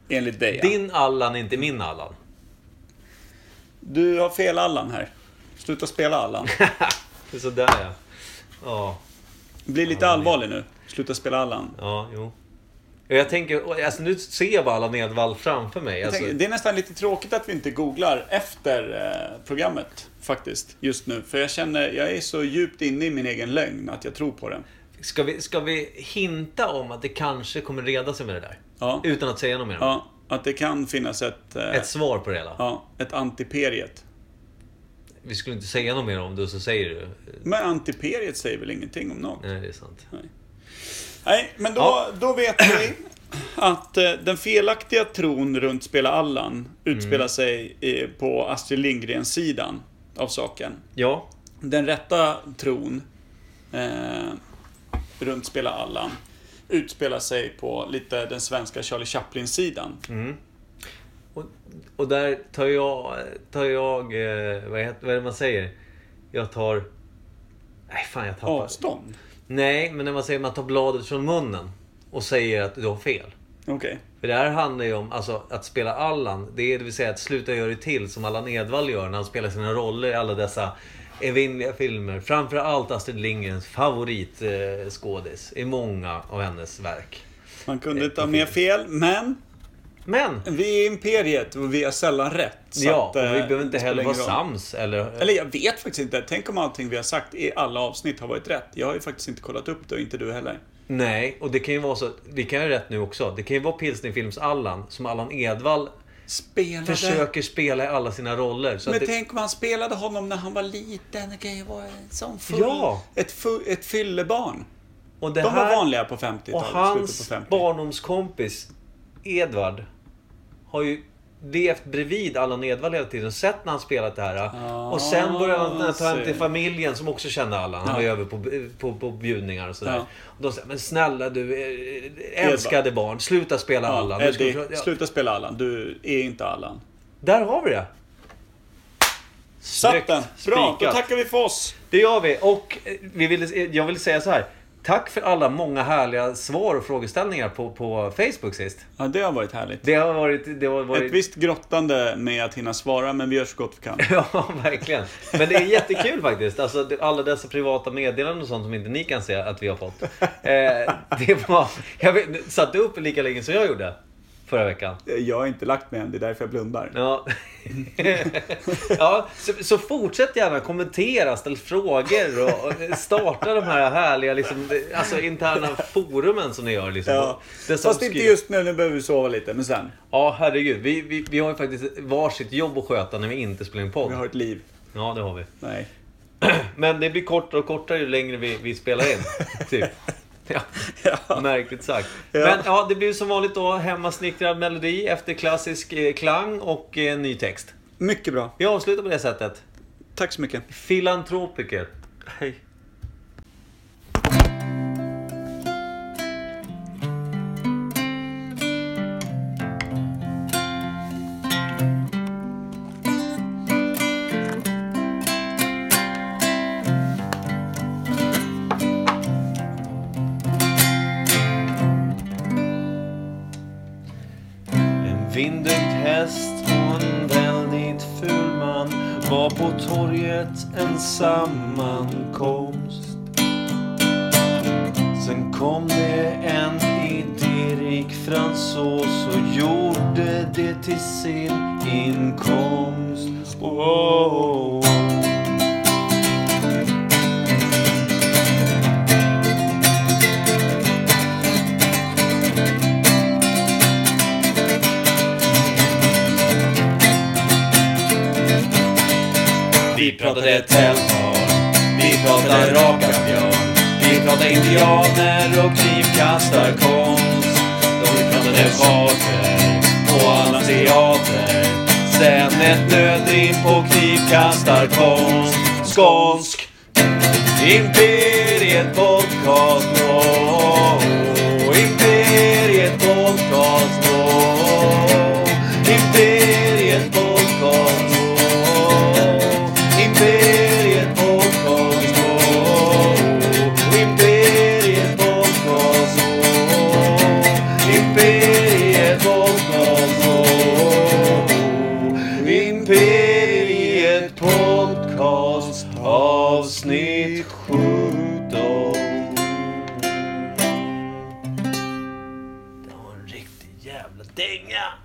Speaker 1: enligt dig. ja.
Speaker 2: Din Allan är inte min Allan.
Speaker 1: Du har fel Allan här. Sluta spela Allan.
Speaker 2: Det är Sådär ja. Ja,
Speaker 1: Bli lite allvarlig nu. Sluta spela Allan.
Speaker 2: ja, jo. Ja, Jag tänker, alltså nu ser jag bara Allan Edwall framför mig.
Speaker 1: Jag
Speaker 2: Alltså,
Speaker 1: tänker, det är nästan lite tråkigt att vi inte googlar efter eh, programmet faktiskt just nu. För jag känner, jag är så djupt inne i min egen lögn att jag tror på den.
Speaker 2: ska, vi, ska vi hinta om att det kanske kommer reda sig med det där?
Speaker 1: Ja.
Speaker 2: Utan att säga något mer om det?
Speaker 1: Ja, att det kan finnas ett, eh,
Speaker 2: Ett svar på det hela.
Speaker 1: ja, ett antiperiet.
Speaker 2: Vi skulle inte säga något mer om det och så säger du. eh,
Speaker 1: Men antiperiet säger väl ingenting om något?
Speaker 2: Nej, det är sant.
Speaker 1: Nej, men då,
Speaker 2: Ja.
Speaker 1: då vet vi att eh, den felaktiga tron runt Spela Allan utspelar
Speaker 2: Mm.
Speaker 1: sig eh, på Astrid Lindgren-sidan av saken.
Speaker 2: Ja.
Speaker 1: den rätta tron eh, runt Spela Allan utspelar sig på lite den svenska Charlie Chaplin-sidan.
Speaker 2: Mm. Och, och där tar jag... Tar jag eh, vad, heter, vad är det man säger? Jag tar... Nej, fan jag tappar.
Speaker 1: Avstånd?
Speaker 2: Nej, men när man säger man tar bladet från munnen och säger att du har fel.
Speaker 1: Okej.
Speaker 2: För det här handlar ju om alltså, att spela Allan. Det är det vill säga att sluta göra det till som Allan Edwall gör när han spelar sina roller i alla dessa evinnerliga filmer. Framförallt Astrid Lindgrens favoritskådis eh, skådis i många av hennes verk.
Speaker 1: Man
Speaker 2: Eh,
Speaker 1: kunde inte ha mer fel, men
Speaker 2: Men!
Speaker 1: vi är imperiet och vi har sällan rätt. så
Speaker 2: ja,
Speaker 1: att, eh,
Speaker 2: och vi behöver inte
Speaker 1: det
Speaker 2: heller
Speaker 1: spelar
Speaker 2: vara
Speaker 1: ingen roll.
Speaker 2: sams. Eller,
Speaker 1: Eller jag vet faktiskt inte. Tänk om allting vi har sagt i alla avsnitt har varit rätt. Jag har ju faktiskt inte kollat upp det och inte du heller.
Speaker 2: Nej, och det kan ju vara så. Vi kan ju ha rätt nu också. Det kan ju vara pilsnerfilms-Allan som Allan Edwall
Speaker 1: Spelade.
Speaker 2: försöker spela i alla sina roller. Så
Speaker 1: Men
Speaker 2: att det,
Speaker 1: tänk om han spelade honom när han var liten. Det kan ju vara en sån full,
Speaker 2: Ja.
Speaker 1: ett, full, ett fyllebarn.
Speaker 2: och det
Speaker 1: De var
Speaker 2: här,
Speaker 1: vanliga på
Speaker 2: och
Speaker 1: 50-talet,
Speaker 2: hans
Speaker 1: slutet på 50
Speaker 2: barndomskompis Edvard har ju levt bredvid Allan Edward hela tiden. Sett när han spelat det här.
Speaker 1: Ah,
Speaker 2: och sen började han ta hem
Speaker 1: se.
Speaker 2: till familjen som också kände Allan. Han var ju
Speaker 1: Ja.
Speaker 2: över på, på, på bjudningar och sådär.
Speaker 1: Ja.
Speaker 2: Och de säger, men snälla du, eh, älskade barn. Sluta spela Allan. Du skulle-
Speaker 1: Eddie,
Speaker 2: ja.
Speaker 1: sluta spela Allan. Du är inte Allan.
Speaker 2: Där har vi det.
Speaker 1: Satt den! Bra, då
Speaker 2: spikat.
Speaker 1: tackar vi för oss.
Speaker 2: Det gör vi. Och eh, vi vill, jag vill säga så här. Tack för alla många härliga svar och frågeställningar på, på Facebook sist.
Speaker 1: Ja, det har varit härligt.
Speaker 2: Det har varit... Det har
Speaker 1: Ett
Speaker 2: varit
Speaker 1: visst grottande med att hinna svara, men vi gör så gott vi kan.
Speaker 2: Ja, verkligen. Men det är jättekul faktiskt. Alltså, det- alla dessa privata meddelanden och sånt som inte ni kan se att vi har fått. Eh, det var... Jag vet, satt du upp lika länge som jag gjorde förra veckan?
Speaker 1: Jag har inte lagt mig än, det är därför jag blundar.
Speaker 2: Ja. ja så, så fortsätt gärna kommentera, ställ frågor och och starta de här härliga liksom, alltså, interna forumen som ni gör. Liksom.
Speaker 1: Ja.
Speaker 2: Det som
Speaker 1: Fast inte
Speaker 2: skriver-
Speaker 1: just nu, nu behöver vi sova lite, men sen.
Speaker 2: Ja, herregud. Vi, vi, vi har ju faktiskt varsitt jobb att sköta när vi inte spelar in podd.
Speaker 1: Vi har ett liv.
Speaker 2: Ja, det har vi.
Speaker 1: Nej.
Speaker 2: Men det blir kortare och kortare ju längre vi, vi spelar in. typ. Ja.
Speaker 1: Ja.
Speaker 2: Märkligt sagt.
Speaker 1: Ja.
Speaker 2: Men ja, det blir som vanligt då hemmasnickrad melodi efter klassisk eh, klang och eh, ny text.
Speaker 1: Mycket bra.
Speaker 2: Vi avslutar på det sättet.
Speaker 1: Tack så mycket.
Speaker 2: Filantropiker. Hej. En vindögd häst och en väldigt ful man var på torget en sammankomst. Sen kom det en idérik fransos och gjorde det till sin inkomst. Oh. Vi pratade tältval, vi pratade raka björn, vi pratade indianer och knivkastarkonst. Då vi pratade charter och annan teater. Sen ett nödrim på knivkastarkonst. Skånsk! Imperiet Podcast Wow. Imperiet Podcast Wow. Imperiet Podcast Wow. Imperiet Podcast Wow. Imperiet Podcast Wow. Imperiet Podcast Wow. Imperiet Podcast avsnitt 17. Det var en riktig jävla dänga.